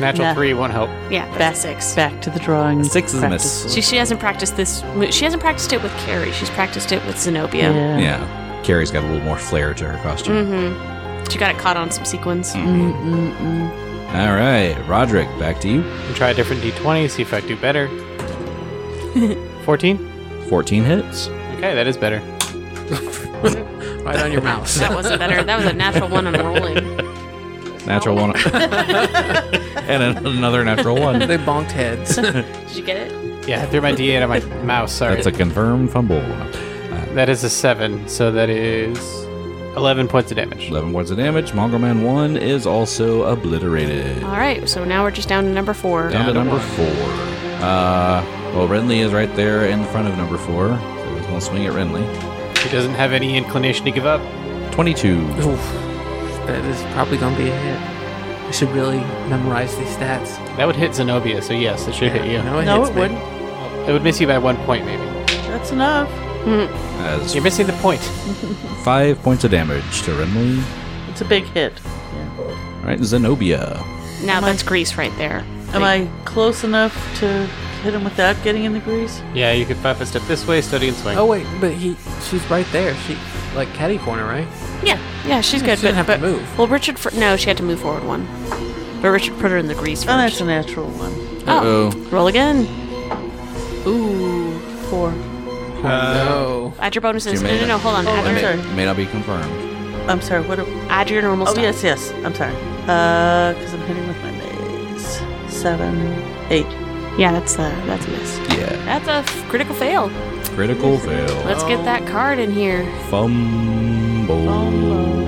S2: Natural
S5: Nah.
S2: three won't help.
S3: Yeah, that's a six.
S5: Back to the drawing.
S4: Six is a
S5: practice.
S4: miss.
S3: She, she hasn't practiced this. mo- She hasn't practiced it with Carrie. She's practiced it with Zenobia.
S5: Yeah.
S4: Yeah. Carrie's got a little more flair to her costume.
S3: Mm-hmm. She got it caught on some sequins.
S5: Mm-mm-mm.
S3: Mm-hmm.
S4: All right, Roderick, back to you.
S2: And try a different d20, see if I do better. Fourteen.
S4: Fourteen hits.
S2: Okay, that is better.
S6: Right on your mouse.
S3: That wasn't better. That was a natural one on rolling.
S4: Natural one. and an- another natural one.
S6: they bonked heads.
S3: Did you get it?
S2: Yeah, I threw my d8 on my mouse. Sorry.
S4: That's a confirmed fumble.
S2: That is a seven. So that is eleven points of damage.
S4: Eleven points of damage. Mongrelman one is also obliterated.
S3: All right. So now we're just down to number four.
S4: Down to
S2: Down to
S4: number
S2: one.
S4: four. Uh, well, Renly is right there in front of number four, so he's gonna swing at Renly.
S2: He doesn't have any inclination to give up.
S4: Twenty-two.
S6: Oof. That is probably going to be a hit. I should really memorize these stats.
S2: That would hit Zenobia. So yes, it should hit you.
S6: No, it,
S5: No,
S6: hits
S5: it
S6: me.
S5: wouldn't.
S2: It would miss you by one point, maybe.
S5: That's enough.
S4: As
S2: You're missing the point.
S4: five points of damage to Renly.
S5: It's a big hit.
S4: All right,
S3: Oh.
S4: Zenobia.
S3: Now that's grease right there.
S5: Am I close enough to hit him without getting in the grease?
S2: Yeah, you could five foot step this way, study and swing.
S6: Oh wait, but he, she's right there. She, like catty corner, right?
S3: Yeah. Yeah, she's good.
S6: she
S3: but,
S6: didn't have to
S3: but-
S6: move.
S3: Well, Richard. Fr- no, she had to move forward one. But Richard put her in the grease
S5: Oh, that's
S3: first.
S5: a natural one.
S3: oh. Roll again. Ooh. Four.
S6: no.
S3: Add your bonuses.
S4: You
S3: No,
S4: made
S3: no,
S4: it.
S3: no. Hold on.
S5: Oh,
S3: add,
S4: That
S5: I'm
S3: your,
S5: sorry.
S4: may, may not be confirmed.
S5: I'm sorry. What? Are,
S3: add your normal
S5: oh,
S3: stuff.
S5: yes, yes. I'm sorry. Uh, because I'm hitting with my maze. Seven, eight.
S3: Yeah, that's a, that's a miss.
S4: Yeah.
S3: That's a f- critical fail.
S4: Critical fail.
S3: Let's get
S5: Oh.
S3: that card in here.
S4: Fumble.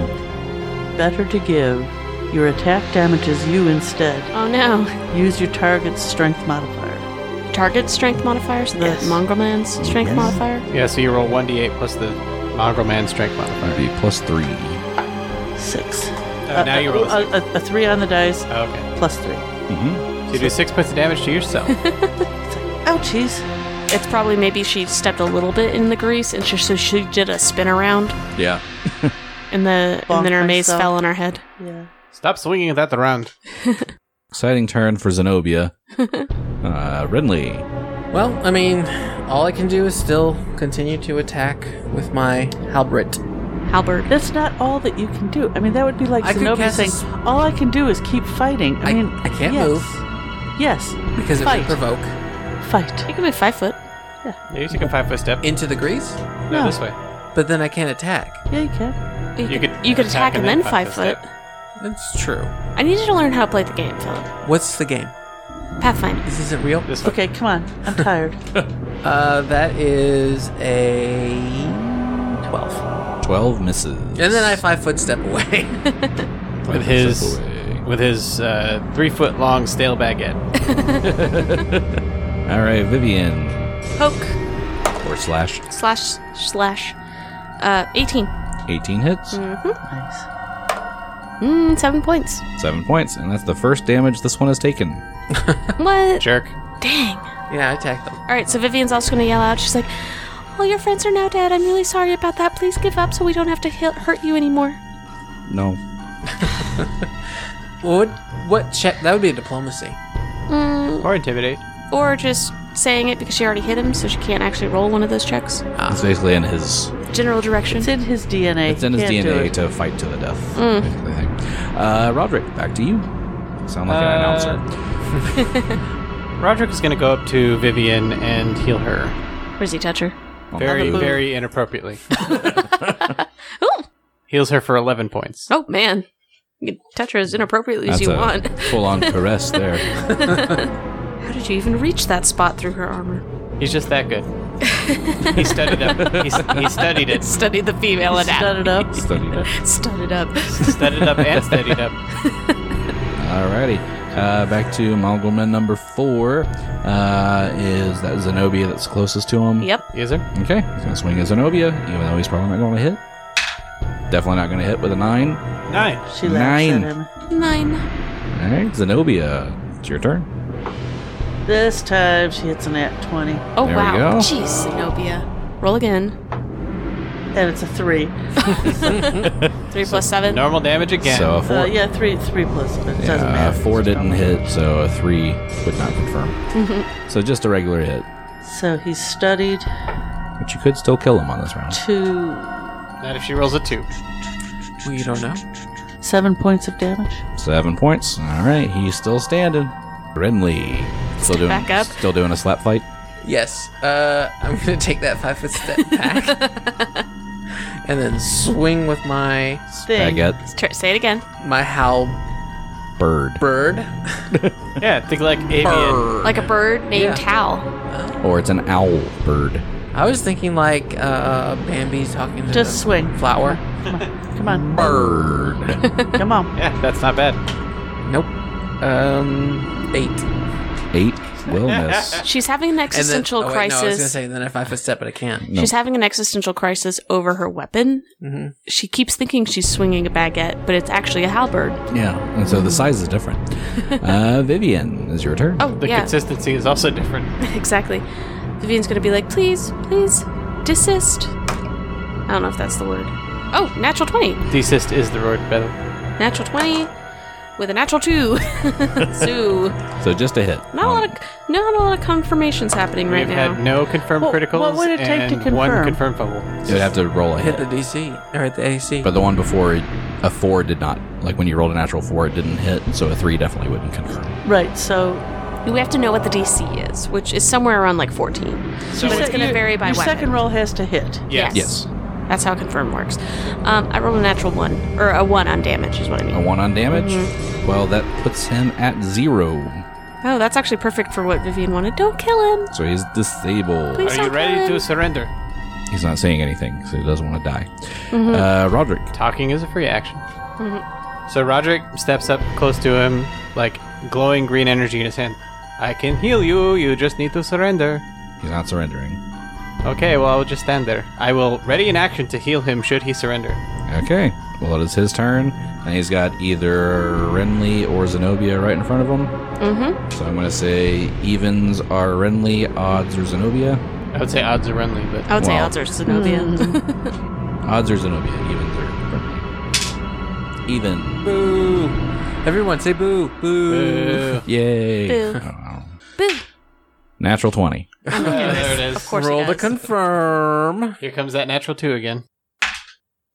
S5: Better to give. Your attack damages you instead.
S3: Oh no.
S5: Use your target's strength modifier.
S3: Target strength modifier, so the
S5: Yes.
S3: mongrel man's strength modifier.
S2: Yeah, so you roll 1d8 plus the Mongrel Man strength modifier.
S4: That'd be plus three.
S5: Six.
S2: That
S6: Uh,
S2: Oh, now you roll.
S5: a,
S2: a six. Oh,
S5: a, a three on the dice,
S2: Okay.
S5: plus three.
S7: Mm-hmm.
S2: So you do six points of damage to yourself.
S5: Ouchies.
S3: It's probably maybe she stepped a little bit in the grease, and she, so she did a spin around,
S4: Yeah.
S3: and the
S5: Bonk
S3: and then her mace
S5: myself.
S3: fell on her head.
S5: Yeah.
S2: Stop swinging that around.
S4: Exciting turn for Zenobia. uh, Renly.
S6: Well, I mean, all I can do is still continue to attack with my halberd.
S3: Halbert.
S5: That's not all that you can do. I mean, that would be like
S6: I could
S5: Zenobia
S6: cast a
S5: saying, all I can do is keep fighting. I,
S6: I-
S5: mean,
S6: I can't
S5: yes.
S6: move.
S5: Yes.
S6: Because it
S5: Fight.
S6: would provoke
S5: Fight.
S3: You can be five foot.
S2: You take a five foot step.
S6: into the grease,
S2: No,
S5: No.
S2: this way.
S6: but then I can't attack.
S5: Yeah, you can.
S3: You,
S2: You
S3: could,
S2: could
S3: you could attack, and then five foot.
S2: step.
S6: That's true.
S3: I need you to learn how to play the game, Philip.
S6: What's the game?
S3: Pathfinder.
S6: This isn't real.
S2: This way.
S5: Okay, come on. I'm tired.
S6: Uh, that is a twelve.
S4: 12 misses. And
S6: And then I five foot step away.
S2: With his with his uh, three foot long stale baguette.
S4: All right, Vivian.
S3: Poke
S4: Or slash
S3: slash slash. Uh, eighteen.
S4: 18 hits,
S5: nice.
S3: Mm-hmm. Mm, seven points.
S4: 7 points, and that's the first damage this one has taken.
S3: What?
S2: Jerk.
S3: Dang.
S6: yeah, I attack them.
S3: All right. So Vivian's also gonna yell out. She's like, "All your friends are now dead. I'm really sorry about that. Please give up so we don't have to hit, hurt you anymore."
S4: No.
S6: What? would- What check? That would be a diplomacy.
S3: Mm,
S2: Or intimidate.
S3: or just saying it because she already hit him, so she can't actually roll one of those checks.
S4: It's basically in his
S3: General direction.
S5: It's in his DNA.
S4: it's in his
S5: Can't do
S4: DNA
S5: it.
S4: to fight to the death.
S3: Mm.
S4: basically, I think. Uh, Roderick, back to you. Sound like an
S2: Uh,
S4: announcer.
S2: Roderick is going to go up to Vivian and heal her.
S3: Where's he touch her?
S2: Uh, Very,
S5: Another boob.
S2: very inappropriately.
S3: Ooh.
S2: Heals her for 11 points.
S3: Oh man, you can touch her as inappropriately as
S4: That's
S3: you
S4: a
S3: want.
S4: full-on caress there.
S3: How did you even reach that spot through her armor?
S2: He's just that good. he studied up. He, s- he studied it.
S3: Study the female
S5: Shut it up.
S4: Studied it.
S3: Studied up.
S2: Studied up and studied up.
S4: Alrighty. Uh, back to Malgolman number four. Uh, is that Zenobia that's closest to him?
S3: yep.
S2: Yes, sir.
S4: Okay, he's gonna swing at Zenobia, even though he's probably not gonna hit. Definitely not gonna hit with a nine.
S2: Nine.
S5: She laughs
S4: Nine.
S5: at him.
S3: Nine.
S4: Alright, Zenobia, it's your turn.
S5: This time she hits an at 20.
S3: Oh
S4: There we
S3: wow.
S4: go.
S3: Jeez, Zenobia. Roll again.
S5: And it's a three.
S3: Three plus seven.
S2: Normal damage again.
S4: So a four.
S5: Uh, yeah, three, three plus. It doesn't
S4: yeah,
S5: matter.
S4: a four
S5: It's
S4: didn't
S5: wrong.
S4: hit, so a three would not confirm.
S5: Mm-hmm.
S4: so just a regular hit.
S5: So he studied
S4: But you could still kill him on this round.
S5: to
S2: Not if she rolls a two.
S6: We don't know.
S5: seven points of damage.
S4: Seven points. Alright, he's still standing. Renly. Still doing
S3: back up.
S4: still doing a slap fight.
S6: Yes. Uh, I'm gonna take that five foot step back, and then swing with my
S5: Thing.
S4: Baguette.
S3: Let's try- say it again.
S6: my howl
S4: Bird.
S6: bird.
S2: Yeah, think like avian.
S6: Bird.
S3: Like a bird named
S6: Yeah.
S3: Hal.
S4: Or it's an owl bird.
S6: I was thinking like uh, Bambi talking to
S5: Just
S6: the
S5: swing.
S6: flower.
S5: Come on.
S4: Bird.
S5: Come on.
S2: Yeah, that's not bad.
S6: Nope. Um, eight.
S4: Eight will miss.
S3: She's having an
S6: And then-
S3: existential
S6: oh, wait,
S3: crisis.
S6: No, I was gonna say then if I foot step, but I can't.
S3: She's having an existential crisis over her weapon.
S6: Mhm.
S3: She keeps thinking she's swinging a baguette, but it's actually a halberd.
S4: Yeah, and so the size is different. Uh, Vivian is your turn.
S3: Oh,
S2: The
S3: yeah,
S2: consistency is also different.
S3: exactly. Vivian's gonna be like, please, please, desist. I don't know if that's the word. Oh, natural 20.
S2: Desist is the word, by the way.
S3: Natural 20 with a natural 2. so,
S4: So just a hit.
S3: not a lot of, not a lot of confirmations happening right
S2: We've
S3: now.
S2: had no confirmed
S5: Well,
S2: criticals
S5: what would it take to
S2: and one
S5: confirm?
S2: confirmed fumble.
S4: You'd have to roll a
S6: Hit the
S4: hit,
S6: DC or hit the AC.
S4: but the one before a four did not. Like when you rolled a natural four, it didn't hit, so a three definitely wouldn't confirm.
S5: Right, so
S3: we have to know what the DC is, which is somewhere around like 14.
S2: So
S3: but it's
S5: Your-
S3: gonna vary by
S5: your
S3: weapon.
S5: second roll has to hit.
S2: Yes.
S4: Yes,
S3: That's how confirm works. Um, I rolled a natural one, or a one on damage, is what I
S4: a
S3: mean.
S4: one on damage.
S3: Mm-hmm.
S4: Well, that puts him at zero,
S3: Oh, that's actually perfect for what Vivian wanted. Don't kill him.
S4: so he's disabled.
S3: Please.
S2: Are you
S3: Second.
S2: ready to surrender?
S4: He's not saying anything, so he doesn't want to die.
S3: Mm-hmm.
S4: Uh, Roderick,
S2: Talking is a free action.
S5: Mm-hmm.
S2: So Roderick steps up close to him, like glowing green energy in his hand. I can heal you, you just need to surrender.
S4: he's not surrendering.
S2: Okay, well, I'll just stand there. I will ready in action to heal him should he surrender.
S4: All Okay. Well, it is his turn, and he's got either Renly or Zenobia right in front of him. Mm-hmm. So I'm going to say evens are Renly, odds are Zenobia.
S2: I would say odds are Renly, but
S3: I would say
S4: Wow.
S3: odds are Zenobia.
S4: Odds are Zenobia, evens are Renly. Even.
S6: Boo! Everyone say boo, boo.
S2: Boo.
S4: Yay.
S3: Boo.
S4: Oh.
S3: Boo.
S4: Natural 20.
S2: Ah, there it is.
S3: Of course,
S6: Roll
S3: it
S6: to
S3: does.
S6: confirm.
S2: Here comes that natural two again.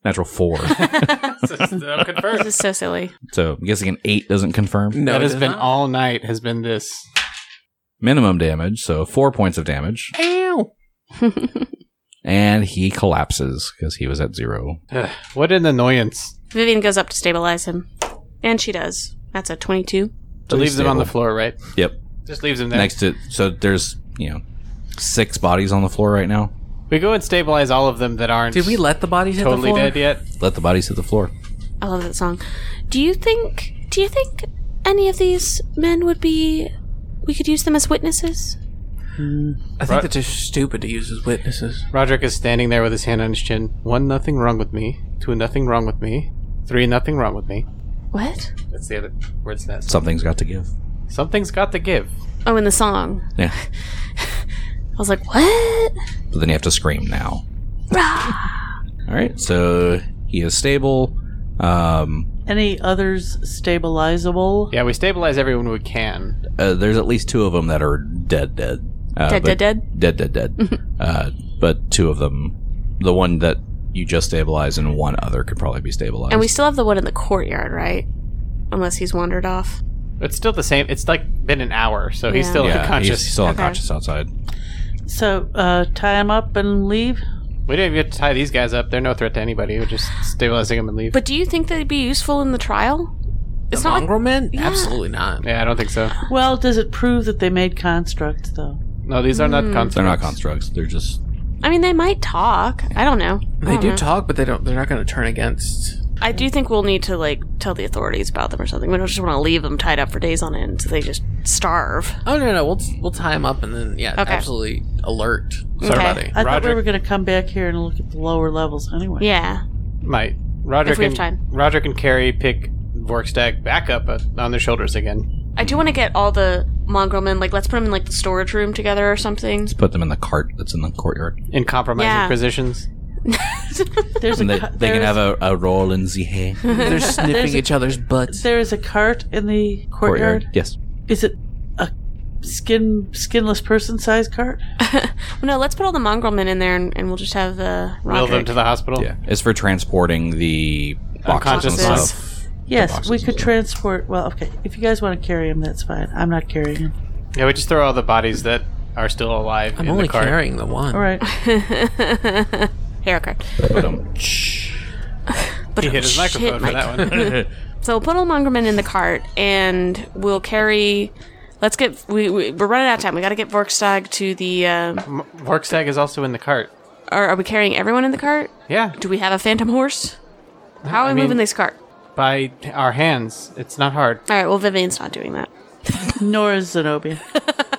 S4: Natural 4.
S2: That'll confirm.
S3: This is so silly.
S4: so I'm guessing an 8 doesn't confirm.
S6: No,
S2: that
S6: it
S2: has
S6: does
S2: been
S6: not.
S2: all night. Has been this.
S4: Minimum damage, so 4 points of damage.
S6: Ow.
S4: And he collapses because he was at 0.
S2: Ugh, what an annoyance!
S3: Vivian goes up to stabilize him, and she does. That's a twenty-two.
S2: To
S4: Pretty
S2: leave them on
S4: stable.
S2: the floor, right?
S4: Yep.
S2: Just leaves them there.
S4: Next to. So there's, you know, six bodies on the floor right now.
S2: We go and stabilize all of them that aren't
S6: Did we let the bodies hit
S2: totally
S6: the floor?
S2: dead yet.
S4: Let the bodies hit the floor.
S3: I love that song. Do you think? Do you think any of these men would be? We could use them as witnesses.
S6: I think it's just stupid to use as witnesses.
S2: Roderick is standing there with his hand on his chin. One, nothing wrong with me. Two, nothing wrong with me. Three, nothing wrong with me.
S3: What?
S2: That's the other words in that.
S4: Something's got to give.
S2: Something's got to give.
S3: Oh, in the song.
S4: Yeah.
S3: I was like, what?
S4: But then you have to scream now. All right. So he is stable. Um,
S5: Any others stabilizable?
S2: Yeah, we stabilize everyone we can.
S4: uh, there's at least two of them that are dead, dead. Uh,
S3: Dead,
S4: but-
S3: dead, Mm-hmm.
S4: Dead, dead, dead. uh, but two of them, the one that you just stabilized and one other could probably be stabilized.
S3: And we still have the one in the courtyard, right? Unless he's wandered off.
S2: It's still the same. It's like been an hour, so he's
S3: Yeah.
S2: still
S4: yeah,
S2: unconscious.
S4: he's still
S3: Okay.
S4: unconscious outside.
S5: So uh, tie them up and leave.
S2: we didn't even get to tie these guys up. They're no threat to anybody. We're just stabilizing them and leave.
S3: But do you think they'd be useful in the trial? It's
S6: The
S3: not.
S6: mongrel men?
S3: Yeah.
S6: Absolutely not.
S2: yeah, I don't think so.
S5: Well, does it prove that they made constructs though?
S2: No, these are not
S3: Hmm.
S2: constructs.
S4: They're not constructs. They're just
S3: I mean, they might talk. I don't know. I
S6: They
S3: don't
S6: do
S3: know.
S6: talk, but they don't. They're not going to turn against.
S3: I do think we'll need to like tell the authorities about them or something. We don't just want to leave them tied up for days on end, so they just starve.
S6: Oh no, no, we'll we'll tie them up and then yeah,
S3: Okay.
S6: absolutely alert
S3: Okay.
S6: somebody.
S5: I thought we
S2: Roger.
S5: were going to come back here and look at the lower levels anyway.
S3: Yeah,
S2: Might. Roderick
S3: If we have
S2: and
S3: time.
S2: Roderick and Carrie pick Vorkstag back up uh, on their shoulders again.
S3: I do want to get all the mongrel men. Like, let's put them in like the storage room together or something.
S4: put them in the cart that's in the courtyard,
S2: In compromising
S3: Yeah.
S2: positions.
S5: There's
S4: and
S5: a
S4: they,
S5: ca-
S4: they can
S5: there's-
S4: have a, a roll in the hay.
S6: They're sniffing each other's butts.
S5: There is a cart in the courtyard.
S4: courtyard. Yes.
S5: Is it a skin skinless person size cart?
S3: No, let's put all the mongrel men in there, and, and we'll just have uh,
S2: Wheel them
S3: Roderick.
S2: to the hospital.
S4: Yeah, it's for transporting the boxes and
S2: Unconscious
S3: boxes.
S4: stuff.
S5: Yes, we
S4: boxes
S5: could
S4: and-
S5: transport. Well, okay. If you guys want to carry him, that's fine. I'm not carrying him.
S2: Yeah, we just throw all the bodies that are still alive
S6: I'm
S2: in
S6: only
S2: the cart.
S6: carrying the one.
S5: All right.
S3: Hair card.
S4: Put 'em-
S3: But
S2: He hit his microphone for that one.
S3: So we'll put all the mongrel men in the cart, and we'll carry. Let's get. We, we we're running out of time. We got to get Vorkstag to the. Um,
S2: M- Vorkstag is also in the cart.
S3: are, are we carrying everyone in the cart?
S2: Yeah,
S3: Do we have a phantom horse? How are we
S2: mean-
S3: moving this cart?
S2: by our hands. It's not hard.
S3: All right. Well, Vivian's not doing that.
S5: Nor is Zenobia.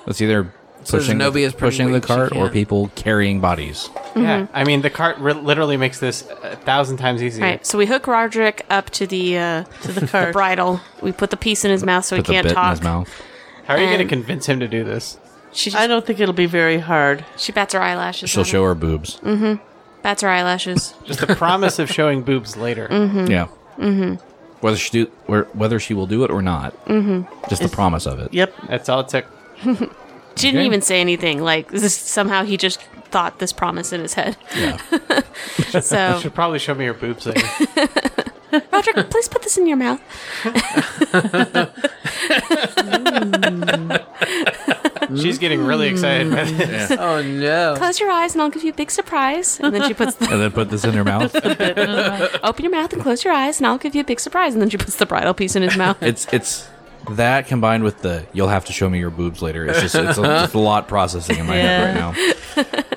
S4: That's either pushing,
S6: Zenobia's pretty
S4: pushing the
S6: weak, she
S4: cart or
S6: can't.
S4: people carrying bodies.
S3: Mm-hmm.
S2: Yeah, I mean the cart re- literally makes this a thousand times easier.
S3: All right. So we hook Roderick up to the uh,
S5: To the cart.
S3: bridle. We put the piece in his mouth so
S4: Put
S3: he
S4: the
S3: can't
S4: bit in
S3: talk.
S4: his mouth.
S2: How are you going to
S3: And-
S2: convince him to do this?
S3: She just,
S5: I don't think it'll be very hard.
S3: she bats her eyelashes.
S4: She'll
S3: at him.
S4: show her boobs.
S3: Mm-hmm. Bats her eyelashes.
S2: Just the promise of showing boobs later.
S3: Mm.
S4: Yeah. Mm-hmm. Whether she do where- whether she will do it or not, mm-hmm. just the promise of it.
S5: Yep.
S2: That's all it took.
S3: She didn't
S4: Okay.
S3: even say anything. Like this, somehow he just thought this promise in his head. so
S2: Should probably show me your boobs later.
S3: Roderick, please put this in your mouth.
S2: She's getting really
S3: Mm.
S2: excited by this.
S6: Oh no.
S3: Close your eyes and I'll give you a big surprise. And then she puts the,
S4: And then put this in her mouth.
S3: open your mouth and close your eyes and I'll give you a big surprise. And then she puts the bridal piece in his mouth.
S4: it's it's that combined with the you'll have to show me your boobs later. It's just it's a, just a lot processing in my head right now.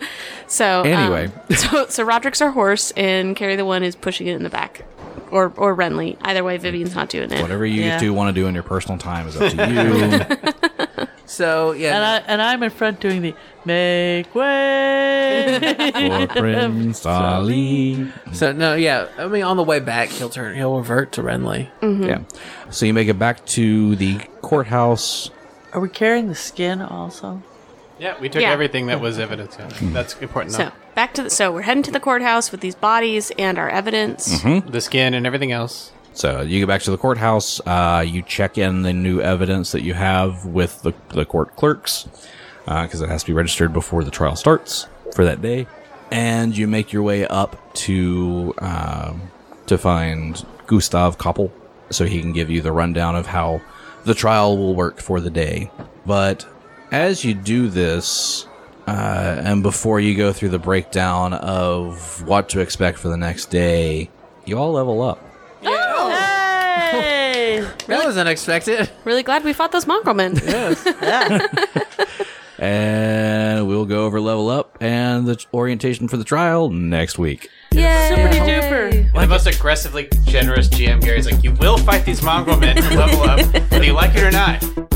S3: So um,
S4: Anyway.
S3: so so Roderick's our horse and Carrie the one is pushing it in the back, or or Renly. Either way, Vivian's not doing it.
S4: Whatever you
S5: Yeah.
S4: two want to do in your personal time is up to you.
S6: So yeah,
S5: And I and I'm in front doing the make way.
S4: For Prince Ali.
S6: So no, yeah. I mean, on the way back, he'll turn. He'll revert to Renly.
S5: Mm.
S4: Yeah. So you make it back to the courthouse.
S5: Are we carrying the skin also?
S2: Yeah, we took
S3: Yeah.
S2: everything that was evidence. Yeah. That's important.
S3: So
S2: So.
S3: back to the so we're heading to the courthouse with these bodies and our evidence.
S4: Mm-hmm.
S2: The skin and everything else.
S4: So you go back to the courthouse. Uh, you check in the new evidence that you have with the, the court clerks because it has to be registered before the trial starts for that day. And you make your way up to um, to find Gustav Koppel so he can give you the rundown of how the trial will work for the day. But as you do this, uh, and before you go through the breakdown of what to expect for the next day, you all level up.
S5: Hey!
S6: That was unexpected.
S3: Really glad we fought those mongrel men.
S4: And we'll go over level up and the t- orientation for the trial next week.
S3: Yay.
S5: duper.
S2: the most aggressively generous GM Gary's like, you will fight these mongrel men to level up, whether you like it or not.